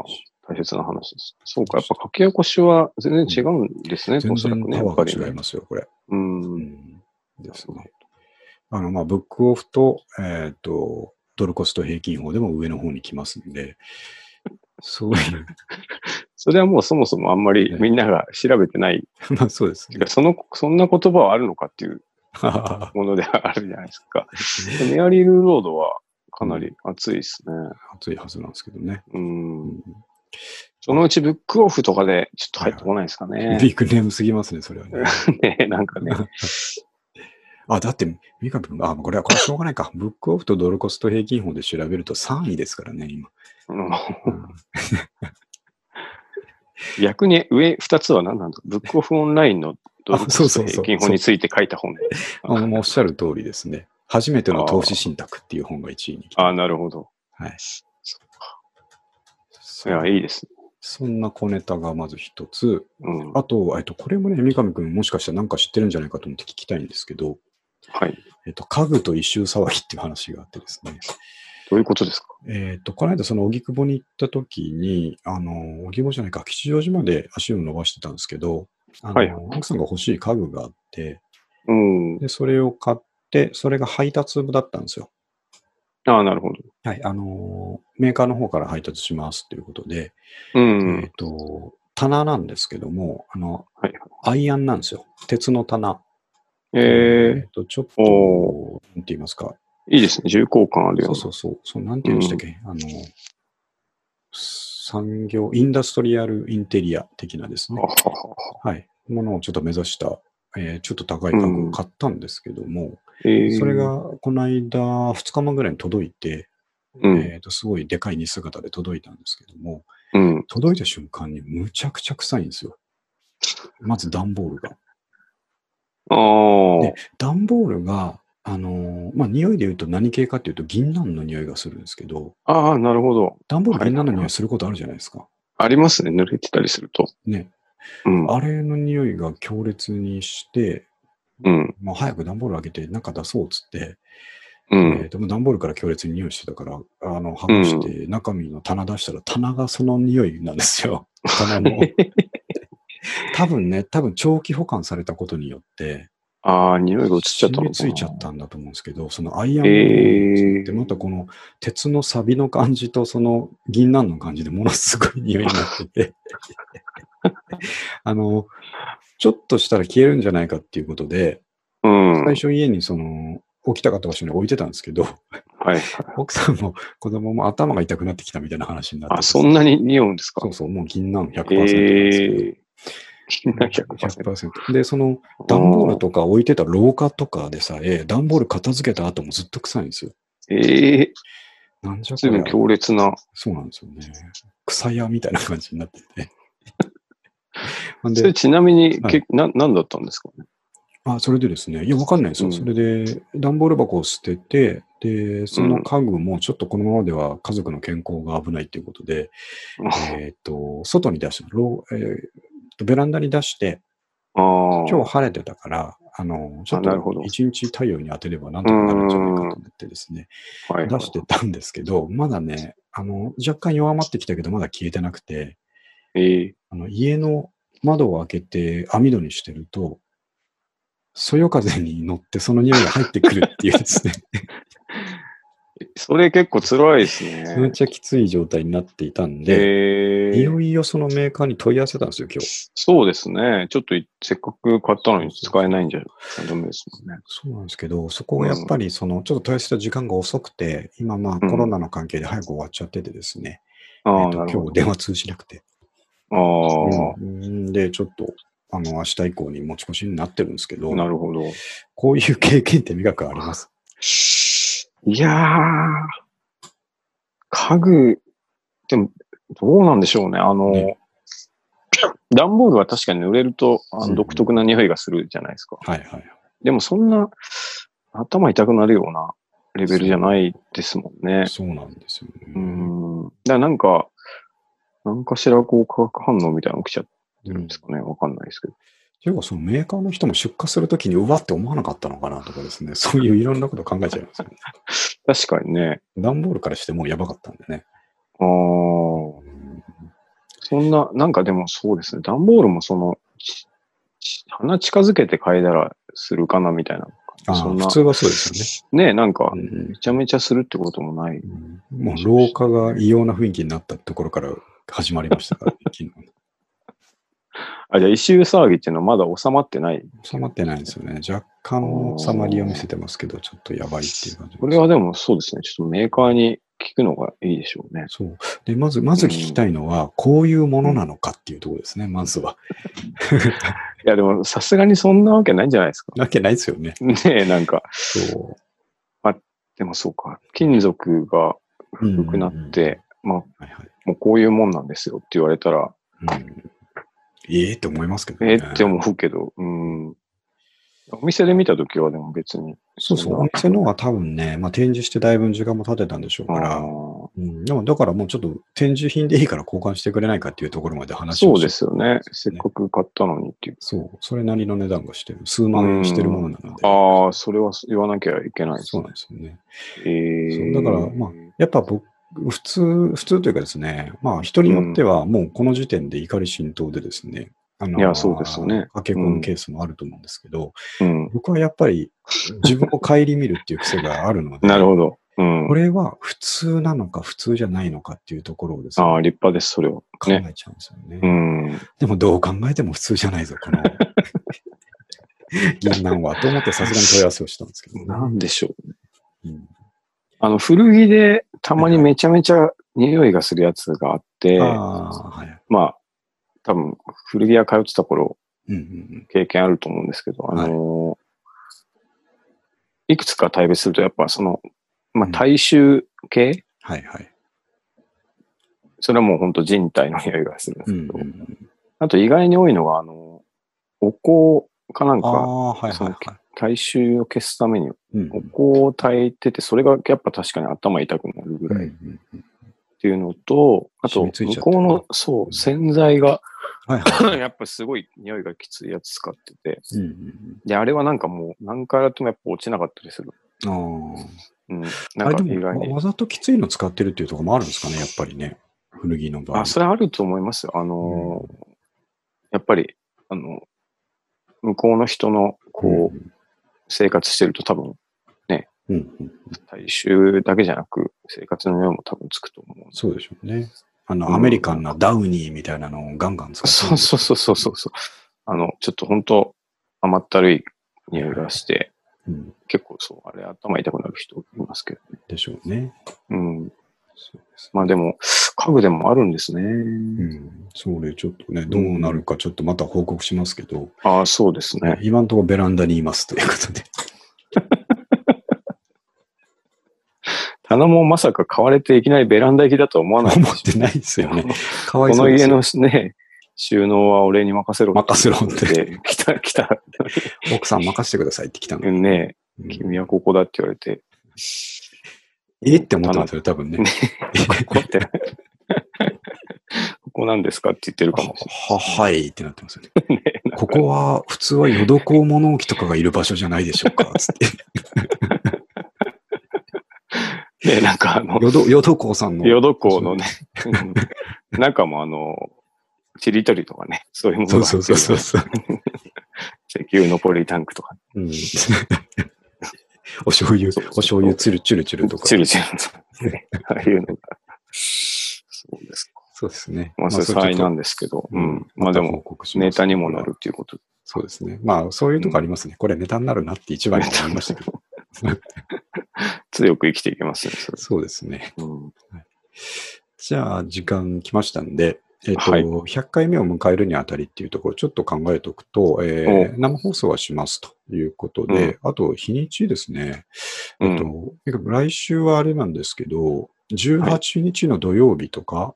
[SPEAKER 1] あ、大切な話です。そうか、やっぱ書き起こしは全然違うんですね、
[SPEAKER 2] 全
[SPEAKER 1] おそら
[SPEAKER 2] 然
[SPEAKER 1] くね、
[SPEAKER 2] パ
[SPEAKER 1] や
[SPEAKER 2] ワ
[SPEAKER 1] っ
[SPEAKER 2] ー
[SPEAKER 1] ぱ
[SPEAKER 2] が
[SPEAKER 1] りね。
[SPEAKER 2] 違いますよ、これ。
[SPEAKER 1] うん。
[SPEAKER 2] ですね。あの、まあ、ブックオフと、えっ、と、ドルコスト平均法でも上の方に来ますんで、そういう、
[SPEAKER 1] それはもうそもそもあんまり
[SPEAKER 2] ね
[SPEAKER 1] みんなが調べてない。
[SPEAKER 2] まあそう です
[SPEAKER 1] て
[SPEAKER 2] ね
[SPEAKER 1] か。その、そんな言葉はあるのかっていう
[SPEAKER 2] は
[SPEAKER 1] ものであるじゃないで すか。でメアリー・ルーロードはかなり熱いですね。
[SPEAKER 2] 熱いはずなんですけどね。
[SPEAKER 1] うん。
[SPEAKER 2] うん
[SPEAKER 1] そのうちブックオフとかでちょっと入ってこないですかね。
[SPEAKER 2] ビッグネームすぎますね、それはね。
[SPEAKER 1] ね なんかね。
[SPEAKER 2] あ、だって、三上君が、あ、これは、これはしょうがないか。ブックオフとドルコスト平均法で調べると3位ですからね、今。
[SPEAKER 1] うん
[SPEAKER 2] うん
[SPEAKER 1] 逆に上2つは何なんだブックオフオンラインのドルコ
[SPEAKER 2] そう
[SPEAKER 1] ス
[SPEAKER 2] そ
[SPEAKER 1] ト
[SPEAKER 2] うそう
[SPEAKER 1] 平均法について書いた本で。
[SPEAKER 2] あのもうおっしゃる通りですね。初めての投資信託っていう本が1位に来て。
[SPEAKER 1] ああ、なるほど。
[SPEAKER 2] はい。
[SPEAKER 1] いや、いいですね。
[SPEAKER 2] そんな小ネタがまず一つ。
[SPEAKER 1] うん。
[SPEAKER 2] あと、えっと、これもね、三上君もしかしたらなんか知ってるんじゃないかと思って聞きたいんですけど、
[SPEAKER 1] はい。
[SPEAKER 2] えっと、家具と一周騒ぎっていう話があってですね。
[SPEAKER 1] どういうことですか
[SPEAKER 2] えっと、この間、その、荻窪に行った時に、あの、荻窪じゃないか、吉祥寺まで足を伸ばしてたんですけど、あの、
[SPEAKER 1] はい
[SPEAKER 2] 奥さんが欲しい家具があって、
[SPEAKER 1] うん。
[SPEAKER 2] で、それを買って、それが配達部だったんですよ。
[SPEAKER 1] ああ、なるほど。
[SPEAKER 2] はい、あのーメーカーの方から配達しますということで、え
[SPEAKER 1] う
[SPEAKER 2] っ、
[SPEAKER 1] ん。
[SPEAKER 2] と、棚なんですけども、あの、
[SPEAKER 1] はい
[SPEAKER 2] アイアンなんですよ。鉄の棚。
[SPEAKER 1] え
[SPEAKER 2] っと、ちょっ
[SPEAKER 1] お
[SPEAKER 2] と、なんて言いますか。
[SPEAKER 1] ー、いいですね。重厚感ある
[SPEAKER 2] そう
[SPEAKER 1] よ
[SPEAKER 2] う
[SPEAKER 1] な。
[SPEAKER 2] そうそう、そうなんて言うんでしたっけ、あの、産業、インダストリアルインテリア的なですね。
[SPEAKER 1] あははは
[SPEAKER 2] はい。ものをちょっと目指した、えーちょっと高い家具を買ったんですけども、
[SPEAKER 1] えー
[SPEAKER 2] それ、がこの間2日間ぐらいに届いて、
[SPEAKER 1] うん、
[SPEAKER 2] えーとすごいでかい似姿で届いたんですけども、
[SPEAKER 1] うん。
[SPEAKER 2] 届いた瞬間にむちゃくちゃ臭いんですよ。まず段ボールが。
[SPEAKER 1] ああ
[SPEAKER 2] で、段ボールが、あのーまあ、匂いで言うと何系かっていうと銀杏の匂いがするんですけど、
[SPEAKER 1] ああ、なるほど。
[SPEAKER 2] 段ボール
[SPEAKER 1] はい
[SPEAKER 2] 銀杏の匂いすることあるじゃないですか。
[SPEAKER 1] ありますね、濡れてたりすると。
[SPEAKER 2] ね。
[SPEAKER 1] うん。
[SPEAKER 2] あれの匂いが強烈にして、
[SPEAKER 1] うん。
[SPEAKER 2] まあ、早く段ボール開けて中出そうっつって、
[SPEAKER 1] う
[SPEAKER 2] え
[SPEAKER 1] ん。
[SPEAKER 2] ーともう段ボールから強烈に匂いしてたから、あの、剥がして中身の棚出したら棚がその匂いなんです よ。棚の。多分ね、多分長期保管されたことによって、
[SPEAKER 1] ああ、匂いが移っちゃったのか
[SPEAKER 2] 染
[SPEAKER 1] な
[SPEAKER 2] みついちゃったんだと思うんですけど、そのアイアン
[SPEAKER 1] えー
[SPEAKER 2] で、またこの鉄のサビの感じと、その銀杏の感じでものすごい匂いになって て、あの、ちょっとしたら消えるんじゃないかっていうことで、
[SPEAKER 1] うん。は
[SPEAKER 2] 最
[SPEAKER 1] い
[SPEAKER 2] 初家にその、置きたかった場所に置いてたんですけど、
[SPEAKER 1] はい。
[SPEAKER 2] 奥さんも子供も頭が痛くなってきたみたいな話になってて
[SPEAKER 1] あ、そんなに匂うんですか
[SPEAKER 2] そうそう、もう銀杏100%なんですけど。
[SPEAKER 1] ええ ー。100%。
[SPEAKER 2] 100%で、その、段ボールとか置いてた廊下とかでさえ、段ボール片付けた後もずっと臭いんですよ。
[SPEAKER 1] ええ
[SPEAKER 2] なんじゃ
[SPEAKER 1] ー、
[SPEAKER 2] こ
[SPEAKER 1] 随
[SPEAKER 2] り
[SPEAKER 1] 分
[SPEAKER 2] ゃ
[SPEAKER 1] 強烈な。
[SPEAKER 2] そうなんですよね。草屋みたいな感じになって て。ほん
[SPEAKER 1] それ
[SPEAKER 2] で、
[SPEAKER 1] ちなみに、
[SPEAKER 2] はい
[SPEAKER 1] けな何だったんですかね
[SPEAKER 2] あ、それでですね、いや、わかんないですよ。
[SPEAKER 1] うん
[SPEAKER 2] それで、段ボール箱を捨てて、で、その家具もちょっとこのままでは家族の健康が危ないっていうことで、えっと、外に出した、ろうえーとベランダに出して、
[SPEAKER 1] ああ。
[SPEAKER 2] 今日晴れてたから、あの、ちょっ
[SPEAKER 1] あなるほど
[SPEAKER 2] と一日太陽に当てればなんとかなるんじゃないかと思ってですね、
[SPEAKER 1] はいは
[SPEAKER 2] 出
[SPEAKER 1] い
[SPEAKER 2] してたんですけど、まだね、あの、若干弱まってきたけど、まだ消えてなくて、
[SPEAKER 1] ええ
[SPEAKER 2] あの家の窓を開けて網戸にしてると、そよ風に乗ってその匂いが入ってくるっていうです ね、
[SPEAKER 1] それ結構辛いです
[SPEAKER 2] めっ
[SPEAKER 1] ね。
[SPEAKER 2] ちゃきつい状態になっていたんで、
[SPEAKER 1] え
[SPEAKER 2] い
[SPEAKER 1] え
[SPEAKER 2] よいよそのメーカーに問い合わせたんですよ、今日。
[SPEAKER 1] そうですね。ちょっといせっかく買ったのに使えないんじゃダメですもんね。
[SPEAKER 2] そうなんですけど、そこがやっぱりその、ちょっと問い合わせた時間が遅くて、今まあ
[SPEAKER 1] うん
[SPEAKER 2] コロナの関係で早く終わっちゃっててですね、え
[SPEAKER 1] あ
[SPEAKER 2] ー
[SPEAKER 1] あ、
[SPEAKER 2] と
[SPEAKER 1] なる
[SPEAKER 2] 今
[SPEAKER 1] ほ
[SPEAKER 2] 日電話通じなくて、
[SPEAKER 1] ど。
[SPEAKER 2] うんで、ちょっと、あの、明日以降に持ち越しになってるんですけ
[SPEAKER 1] あ
[SPEAKER 2] ど
[SPEAKER 1] あ、、なるほど。
[SPEAKER 2] こういう経験って磨くあり ます。
[SPEAKER 1] いやー、家具、でも、どうなんでしょうね。あの、
[SPEAKER 2] ね
[SPEAKER 1] 段ボールは確かに濡れるとあ
[SPEAKER 2] うん
[SPEAKER 1] の独特な匂いがするじゃないですか。
[SPEAKER 2] はいはい。
[SPEAKER 1] でもそんな頭痛くなるようなレベルじゃないですもんね。
[SPEAKER 2] そうなんですよね。
[SPEAKER 1] うん。だからなんか、なんかしらこう化学反応みたいなの起きちゃってるんですかね。わかんないですけど。
[SPEAKER 2] ていうか、そのメーカーの人も出荷するときにうわって思わなかったのかなとか ですね、そういういろんなこと考えちゃいますよね。
[SPEAKER 1] 確かにね。
[SPEAKER 2] 段ボールからしてもうやばかったんでね。
[SPEAKER 1] ああ。そんな、なんかでもそうですね。段ボールもその、ちち鼻近づけて嗅いだらするかなみたいな。
[SPEAKER 2] あ
[SPEAKER 1] そ
[SPEAKER 2] あ
[SPEAKER 1] んな
[SPEAKER 2] 普通はそうです
[SPEAKER 1] ねえ、なんか
[SPEAKER 2] よ、ね。うん
[SPEAKER 1] めちゃめちゃするってこともない。
[SPEAKER 2] もう廊下が異様な雰囲気になったところから始まりました から、ね、昨日。
[SPEAKER 1] あ、じゃあ、異臭騒ぎっていうのはまだ収まってない。
[SPEAKER 2] 収まってないんですよね。若干の収まりを見せてますけど、ちょっとやばいっていう感じです。
[SPEAKER 1] これはでもそうですね。ちょっとメーカーに聞くのがいいでしょうね。
[SPEAKER 2] そう。で、まず、まず聞きたいのは、こういうものなのかっていうところですね、まずは。
[SPEAKER 1] いや、でもさすがにそんなわけないんじゃないですか。
[SPEAKER 2] なわけないですよね。
[SPEAKER 1] ねえ、なんか。
[SPEAKER 2] そう。
[SPEAKER 1] でもそうか。金属が古くなって、まあ、
[SPEAKER 2] はいはい。
[SPEAKER 1] もうこういうもんなんですよって言われたら、
[SPEAKER 2] うんええって思いますけどね。
[SPEAKER 1] えーって思うけど、うん。お店で見たときはでも別に。
[SPEAKER 2] そうそう、お店のは多分ね、まあ、展示してだいぶ時間も経てたんでしょう
[SPEAKER 1] あ
[SPEAKER 2] から、
[SPEAKER 1] ー
[SPEAKER 2] うん、でもだからもうちょっと展示品でいいから交換してくれないかっていうところまで話
[SPEAKER 1] そ
[SPEAKER 2] を
[SPEAKER 1] うで
[SPEAKER 2] して
[SPEAKER 1] すよね。せっかく買ったのにっていう。
[SPEAKER 2] そう、それなりの値段がしてる、数万円してるものなので、
[SPEAKER 1] ああ、それは言わなきゃいけないです
[SPEAKER 2] そう
[SPEAKER 1] ね
[SPEAKER 2] なん。ですよね。
[SPEAKER 1] えー、
[SPEAKER 2] そうだからまあやっぱ僕、普通、普通というかですね、まあ人によってはもうこの時点で怒り浸透でですね、あの
[SPEAKER 1] いやそうですよね
[SPEAKER 2] 駆け込むケースもあると思うんですけど、
[SPEAKER 1] うん。
[SPEAKER 2] 僕はやっぱり自分を顧みるっていう癖があるので、
[SPEAKER 1] なるほど。うん
[SPEAKER 2] こ。れは普通なのか普通じゃないのかっていうところをですね、
[SPEAKER 1] ああ、立派です、それは。
[SPEAKER 2] 考
[SPEAKER 1] ね。
[SPEAKER 2] えちゃうんですよね。
[SPEAKER 1] うん。
[SPEAKER 2] でもどう考えても普通じゃないぞ、 この 銀杏は。と思ってさすがに問い合わせをしたんですけど、
[SPEAKER 1] なんでしょう。
[SPEAKER 2] うん
[SPEAKER 1] あの、古着でたまにめちゃめちゃ匂いがするやつがあって、
[SPEAKER 2] ああ、はい。
[SPEAKER 1] まあ、多分古着屋通ってた頃、
[SPEAKER 2] うんうん
[SPEAKER 1] 経験あると思うんですけど、あ
[SPEAKER 2] はい
[SPEAKER 1] の、い、くつか対別すると、やっぱその、ま
[SPEAKER 2] う
[SPEAKER 1] あ、
[SPEAKER 2] ん
[SPEAKER 1] 大衆系、
[SPEAKER 2] はいはい。
[SPEAKER 1] それはもう本当人体の匂いがするんで
[SPEAKER 2] う
[SPEAKER 1] す
[SPEAKER 2] ん
[SPEAKER 1] けど、
[SPEAKER 2] うんうん、
[SPEAKER 1] あと意外に多いのが、あの、お香かなん
[SPEAKER 2] あ
[SPEAKER 1] か、
[SPEAKER 2] あ、はいはいはい。
[SPEAKER 1] 体臭を消すために
[SPEAKER 2] うんうん
[SPEAKER 1] お香を炊いてて、それがやっぱ確かに頭痛くなるぐ
[SPEAKER 2] うん
[SPEAKER 1] ら
[SPEAKER 2] う
[SPEAKER 1] いっ
[SPEAKER 2] んうん
[SPEAKER 1] ていうのと、あと、
[SPEAKER 2] 染みつい
[SPEAKER 1] 向
[SPEAKER 2] ちゃって
[SPEAKER 1] こ
[SPEAKER 2] る
[SPEAKER 1] うの、そう、洗剤が、
[SPEAKER 2] はいはいはい。
[SPEAKER 1] やっぱすごい匂いがきついやつ使ってて、
[SPEAKER 2] うんうん
[SPEAKER 1] で、あれはなんかもう何回やってもやっぱ落ちなかったりする。
[SPEAKER 2] うんあー
[SPEAKER 1] うん。な
[SPEAKER 2] あ
[SPEAKER 1] ん
[SPEAKER 2] れ
[SPEAKER 1] か
[SPEAKER 2] で
[SPEAKER 1] 意
[SPEAKER 2] もわ
[SPEAKER 1] 外に。
[SPEAKER 2] わざときついの使ってるっていうところもあるんですかね、やっぱりね。古着の場合。
[SPEAKER 1] あ、それあると思いますよ。あのーやっぱり、あの、向こうの人の、こう、生活してると多分、
[SPEAKER 2] うんうん、うんうん。
[SPEAKER 1] 大衆だけじゃなく、生活の量も多分つくと思う。
[SPEAKER 2] そうでしょうね。あ
[SPEAKER 1] うん
[SPEAKER 2] の、アメリカンなダウニーみたいなのをガンガン使ってる
[SPEAKER 1] そうそうそうそうそうそう。あの、ちょっと本当甘ったるい匂いがして、
[SPEAKER 2] うん
[SPEAKER 1] 結構そう、あれ頭痛くなる人いますけどね。
[SPEAKER 2] でしょうね。
[SPEAKER 1] うん。
[SPEAKER 2] そうです
[SPEAKER 1] まあでも、家具でもあるんですね。
[SPEAKER 2] うん、それちょっとね、どうなるかちょっとまた報告しますけど、
[SPEAKER 1] ああ、そうですね。
[SPEAKER 2] 今のところベランダにいますということ で。
[SPEAKER 1] 棚もまさか買われていきなりベランダ行きだとは思わない
[SPEAKER 2] 思ってないです よね。かわい
[SPEAKER 1] こ
[SPEAKER 2] そう
[SPEAKER 1] の
[SPEAKER 2] です
[SPEAKER 1] 家
[SPEAKER 2] よ
[SPEAKER 1] のね、収納は俺に任せろ。
[SPEAKER 2] 任せろって
[SPEAKER 1] で、来た、来た。
[SPEAKER 2] 奥さん任せてくださいって来たの。
[SPEAKER 1] ね
[SPEAKER 2] うん
[SPEAKER 1] 君はここだって言われて、
[SPEAKER 2] えって思ったんですよ、多分ね。
[SPEAKER 1] ここって、ここなんですかって言ってるかもし
[SPEAKER 2] は、はいってなってますよね。
[SPEAKER 1] れない。
[SPEAKER 2] ここは、普通はヨドコウ物置とかがいる場所じゃないでしょうか、つ って。
[SPEAKER 1] ね、なんかあの、
[SPEAKER 2] ヨド、ヨドコウさんの。
[SPEAKER 1] ヨドコのね、うん中もあの、ちりとりとかね、そういうもの
[SPEAKER 2] そう
[SPEAKER 1] が
[SPEAKER 2] そ
[SPEAKER 1] 入
[SPEAKER 2] う
[SPEAKER 1] って
[SPEAKER 2] そう
[SPEAKER 1] る
[SPEAKER 2] そう そう。
[SPEAKER 1] 石油のポリタンクとか、
[SPEAKER 2] うんお醤油
[SPEAKER 1] そうそう、
[SPEAKER 2] お醤油チュルチュルチュルとか。
[SPEAKER 1] ちりちりとか、ね、ああいうのが。そうですか。
[SPEAKER 2] そうですね。
[SPEAKER 1] まあ、それ
[SPEAKER 2] れ
[SPEAKER 1] 災
[SPEAKER 2] ちょっ
[SPEAKER 1] 難
[SPEAKER 2] と
[SPEAKER 1] ですけど、
[SPEAKER 2] う
[SPEAKER 1] うんん。まあで
[SPEAKER 2] た報
[SPEAKER 1] も、
[SPEAKER 2] 告します
[SPEAKER 1] ネタにもなるっていうこと。
[SPEAKER 2] そうですね。まあ、そういうとこありますね。これネタになるなって一番に思いましたけど。
[SPEAKER 1] 強く生きていけますね、それ
[SPEAKER 2] そうですね。
[SPEAKER 1] うん
[SPEAKER 2] じゃあ、時間来ましたんで、えっ、と、
[SPEAKER 1] はい
[SPEAKER 2] 100回目を迎えるにあたりっていうところ、ちょっと考えておくと、えー生放送はしますということで、あと、日にちですね。
[SPEAKER 1] う
[SPEAKER 2] え
[SPEAKER 1] ん
[SPEAKER 2] っ、と、来週はあれなんですけど、18日の土曜日とか、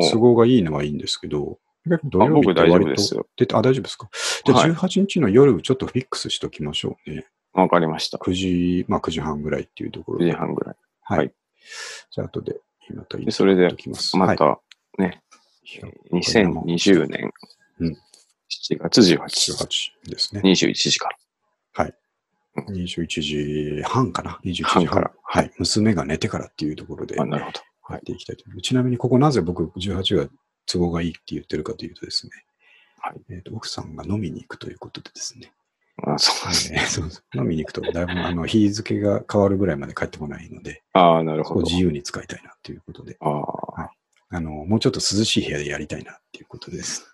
[SPEAKER 2] 都
[SPEAKER 1] ー
[SPEAKER 2] 合がいいのはいいんですけど、結構土
[SPEAKER 1] あ
[SPEAKER 2] 曜日
[SPEAKER 1] 僕
[SPEAKER 2] って
[SPEAKER 1] 大丈
[SPEAKER 2] 割
[SPEAKER 1] 夫
[SPEAKER 2] と
[SPEAKER 1] ですよ。
[SPEAKER 2] 出てあ、大丈夫ですか。じゃあ
[SPEAKER 1] はい
[SPEAKER 2] 18日の夜、ちょっとフィックスしときましょうね。
[SPEAKER 1] わかりました。
[SPEAKER 2] 9時、まあ9時半ぐらいっていうところ
[SPEAKER 1] 9時
[SPEAKER 2] で。
[SPEAKER 1] 半ぐらい。
[SPEAKER 2] はい。
[SPEAKER 1] はい
[SPEAKER 2] じゃあ後で、また入れ
[SPEAKER 1] で
[SPEAKER 2] て
[SPEAKER 1] それで
[SPEAKER 2] お、きます。
[SPEAKER 1] ま
[SPEAKER 2] は
[SPEAKER 1] た、ね、
[SPEAKER 2] い、
[SPEAKER 1] 2020年
[SPEAKER 2] うん
[SPEAKER 1] 7月18
[SPEAKER 2] 18ですね。
[SPEAKER 1] 21時から。
[SPEAKER 2] 21時半かな。21時半
[SPEAKER 1] 半から
[SPEAKER 2] はい。娘が寝てからっていうところで
[SPEAKER 1] あ、なるほど。
[SPEAKER 2] やっていきたいと思いますちなみに、ここなぜ僕18が都合がいいって言ってるかというとですね、
[SPEAKER 1] はい
[SPEAKER 2] えーと奥さんが飲みに行くということでですね、
[SPEAKER 1] あそうですね。
[SPEAKER 2] えー そうそう飲みに行くと、だいぶあの日付が変わるぐらいまで帰ってこないので、
[SPEAKER 1] ああ、なる
[SPEAKER 2] そ
[SPEAKER 1] ほ
[SPEAKER 2] こを
[SPEAKER 1] ど
[SPEAKER 2] 自。由に使いたいなということで、
[SPEAKER 1] ああ、
[SPEAKER 2] あの、もうちょっと涼しい部屋でやりたいなっていうことです。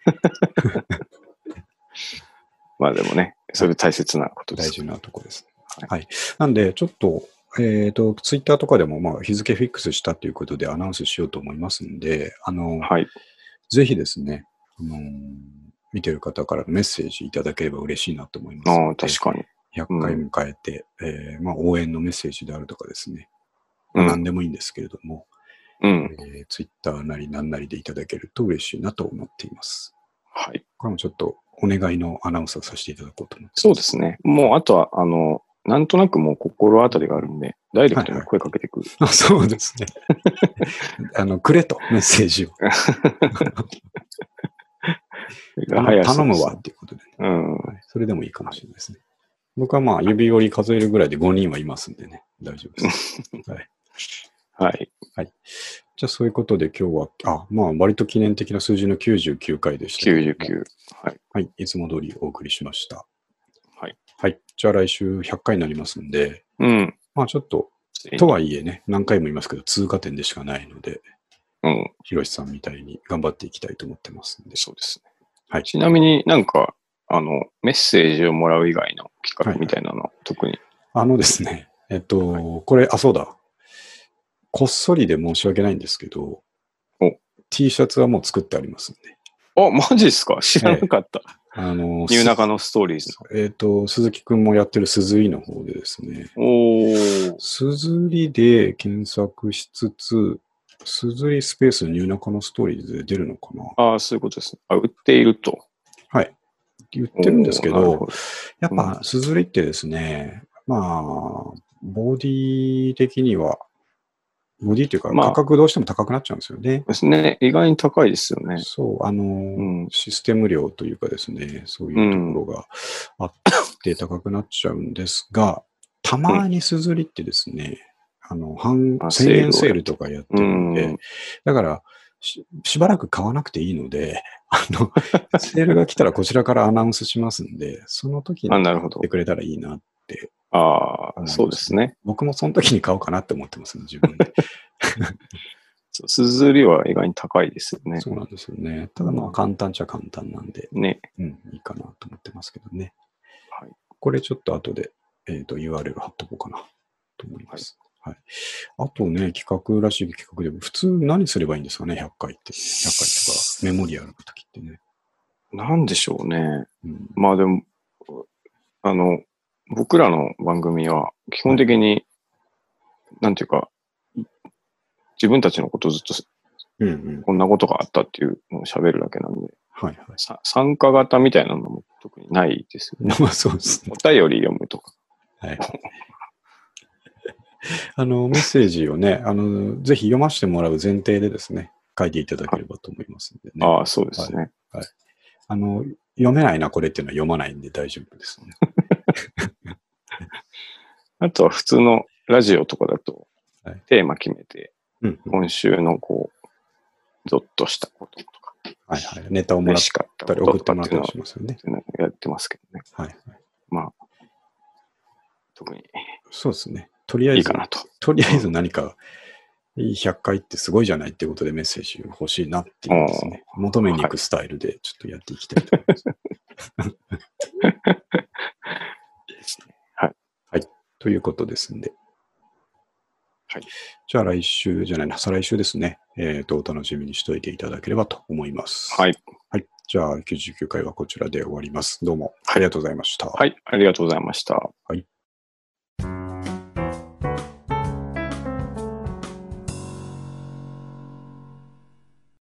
[SPEAKER 1] まあでもね、それ大切なことで
[SPEAKER 2] 大
[SPEAKER 1] す
[SPEAKER 2] 事。なとこです。は
[SPEAKER 1] はい
[SPEAKER 2] い。なんで、ちょっと、えっ、と、ツイッターとかでも、まあ、日付フィックスしたということでアナウンスしようと思いますんで、あの、
[SPEAKER 1] はい。
[SPEAKER 2] ぜひですね、あのー見てる方からメッセージいただければ嬉しいなと思います
[SPEAKER 1] あ
[SPEAKER 2] の
[SPEAKER 1] あ、
[SPEAKER 2] で。
[SPEAKER 1] 確かに。
[SPEAKER 2] 100回迎えて、えーまあ、応援のメッセージであるとかですね、
[SPEAKER 1] う
[SPEAKER 2] 何
[SPEAKER 1] ん。
[SPEAKER 2] でもいいんですけれども、
[SPEAKER 1] うん。
[SPEAKER 2] えー、ツイッターなり何なりでいただけると嬉しいなと思っています。
[SPEAKER 1] はい。
[SPEAKER 2] これもちょっとお願いのアナウンスをさせていただこうと思って
[SPEAKER 1] そうですね。もう、あとは、あの、なんとなくもう心当たりがあるんで、ダイレクトに声かけてくる。
[SPEAKER 2] あそうです ね。あの、くれと、メッセージを。
[SPEAKER 1] 早さ
[SPEAKER 2] 頼むわ。っていうことで、ね
[SPEAKER 1] うん。
[SPEAKER 2] はいそれでもいいかもしれないですね。僕はまあ、指折り数えるぐらいで5人はいますんでね、大丈夫 です。はい、
[SPEAKER 1] はい。
[SPEAKER 2] じゃあ、そういうことで今日は、あ、まあ、割と記念的な数字の99回でしたけども。
[SPEAKER 1] 99。はい。
[SPEAKER 2] はい、いつも通りお送りしました。
[SPEAKER 1] はい。
[SPEAKER 2] はい、じゃあ来週100回になりますんで、
[SPEAKER 1] うん。
[SPEAKER 2] まあちょっと、と
[SPEAKER 1] とは。
[SPEAKER 2] はいえね、何回も言いますけど、通過点でしかないので、
[SPEAKER 1] うん。
[SPEAKER 2] ひろしさんみたいに頑張っていきたいと思ってますんで。
[SPEAKER 1] そうですね。
[SPEAKER 2] はい。
[SPEAKER 1] ちなみになんか、あの、メッセージをもらう以外の企画みたいなの、特に。
[SPEAKER 2] あのですね、えっと、これ、あ、そうだ。こっそりで申し訳ないんですけど
[SPEAKER 1] お、
[SPEAKER 2] T シャツはもう作ってありますんで。
[SPEAKER 1] あ、マジっすか知らなかった。
[SPEAKER 2] あの、
[SPEAKER 1] ニューナカのストーリーズ
[SPEAKER 2] えっ、と、鈴木くんもやってる鈴井の方でですね、
[SPEAKER 1] の。おー。
[SPEAKER 2] 鈴井で検索しつつ、鈴井スペースニューナカのストーリーズで出るのかな
[SPEAKER 1] ああ、そういうことですね。あ、売っていると。
[SPEAKER 2] はい。言ってるんですけ
[SPEAKER 1] おーな
[SPEAKER 2] ど
[SPEAKER 1] る、ほ
[SPEAKER 2] やっぱ、スズリってですね、まあ、ボディ的には、ボディというか、
[SPEAKER 1] まあ
[SPEAKER 2] 価格どうしても高くなっちゃうんですよね。
[SPEAKER 1] ですね。意外に高いですよね。
[SPEAKER 2] そう、あの、
[SPEAKER 1] うん。
[SPEAKER 2] システム量というかですね、そういうところがあって高くなっちゃうんですが、たまにスズリってですね、あの、半、
[SPEAKER 1] あ
[SPEAKER 2] 1000円
[SPEAKER 1] セ
[SPEAKER 2] セ
[SPEAKER 1] ー
[SPEAKER 2] ー
[SPEAKER 1] ル
[SPEAKER 2] ルとかやって
[SPEAKER 1] う
[SPEAKER 2] るん
[SPEAKER 1] ん。
[SPEAKER 2] で、だからし、しばらく買わなくていいので、あの、セールが来たらこちらからアナウンスしますんで、その時に
[SPEAKER 1] あ、
[SPEAKER 2] 買
[SPEAKER 1] なるほど
[SPEAKER 2] って。くれたらいいな
[SPEAKER 1] ああ、そうですね。
[SPEAKER 2] 僕もその時に買おうかなって思ってますね、自分で。
[SPEAKER 1] そう硯は意外に高いですよ ね。
[SPEAKER 2] そうなんですよね。ただまあ簡単っちゃ簡単なんで、
[SPEAKER 1] ね。
[SPEAKER 2] うん、いいかなと思ってますけどね。
[SPEAKER 1] はい
[SPEAKER 2] これちょっと後で、えー、と URL 貼っとこうかなと思います。はいあとね、企画らしい企画で、普通何すればいいんですかね、100回って。100回とか、メモリアルの時ってね。
[SPEAKER 1] なんでしょうね。
[SPEAKER 2] うん、
[SPEAKER 1] まあでも、あの、僕らの番組は基本的に、なんていうか、自分たちのことずっと
[SPEAKER 2] うんうん。
[SPEAKER 1] こんなことがあったっていうのを喋るだけなんで、
[SPEAKER 2] はいは
[SPEAKER 1] さ参加型みたいなのも特にないです よね。
[SPEAKER 2] い。まあそうですね。
[SPEAKER 1] お便り読むとか。
[SPEAKER 2] はい。あの、メッセージをね、あの、ぜひ読ませてもらう前提でですね、書いていただければと思いますんでね。
[SPEAKER 1] ああ、そうですね。
[SPEAKER 2] あの、読めないな、これっていうのは読まないんで大丈夫ですね。
[SPEAKER 1] あとは普通のラジオとかだと
[SPEAKER 2] はい、
[SPEAKER 1] テーマ決めて、
[SPEAKER 2] うん。
[SPEAKER 1] 今週のこう、ゾッとしたこととか、
[SPEAKER 2] はいはい。ネタをもら
[SPEAKER 1] 嬉
[SPEAKER 2] っ
[SPEAKER 1] しかった
[SPEAKER 2] た
[SPEAKER 1] こ
[SPEAKER 2] り、
[SPEAKER 1] と
[SPEAKER 2] 送っ
[SPEAKER 1] と
[SPEAKER 2] て
[SPEAKER 1] か
[SPEAKER 2] もら
[SPEAKER 1] っ
[SPEAKER 2] って
[SPEAKER 1] い
[SPEAKER 2] た
[SPEAKER 1] う
[SPEAKER 2] り
[SPEAKER 1] の
[SPEAKER 2] しますよね。
[SPEAKER 1] をやってますけどね。
[SPEAKER 2] はいはい。
[SPEAKER 1] まあ、特に
[SPEAKER 2] そうですね。とりあえ
[SPEAKER 1] い
[SPEAKER 2] ず、
[SPEAKER 1] いかなと。
[SPEAKER 2] とりあえず何か、いい100回ってすごいじゃないっていうことでメッセージ欲しいなっていうですね。求めに行くスタイルでちょっとやっていきたいと思います。
[SPEAKER 1] はい。
[SPEAKER 2] はい。ということですんで。
[SPEAKER 1] はい。
[SPEAKER 2] じゃあ来週じゃないな、再来週ですね。えっ、と、お楽しみにしておいていただければと思います。
[SPEAKER 1] はい。
[SPEAKER 2] はい。じゃあ99回はこちらで終わります。どうもありがとうございました。
[SPEAKER 1] はい、ありがとうございました。
[SPEAKER 2] はい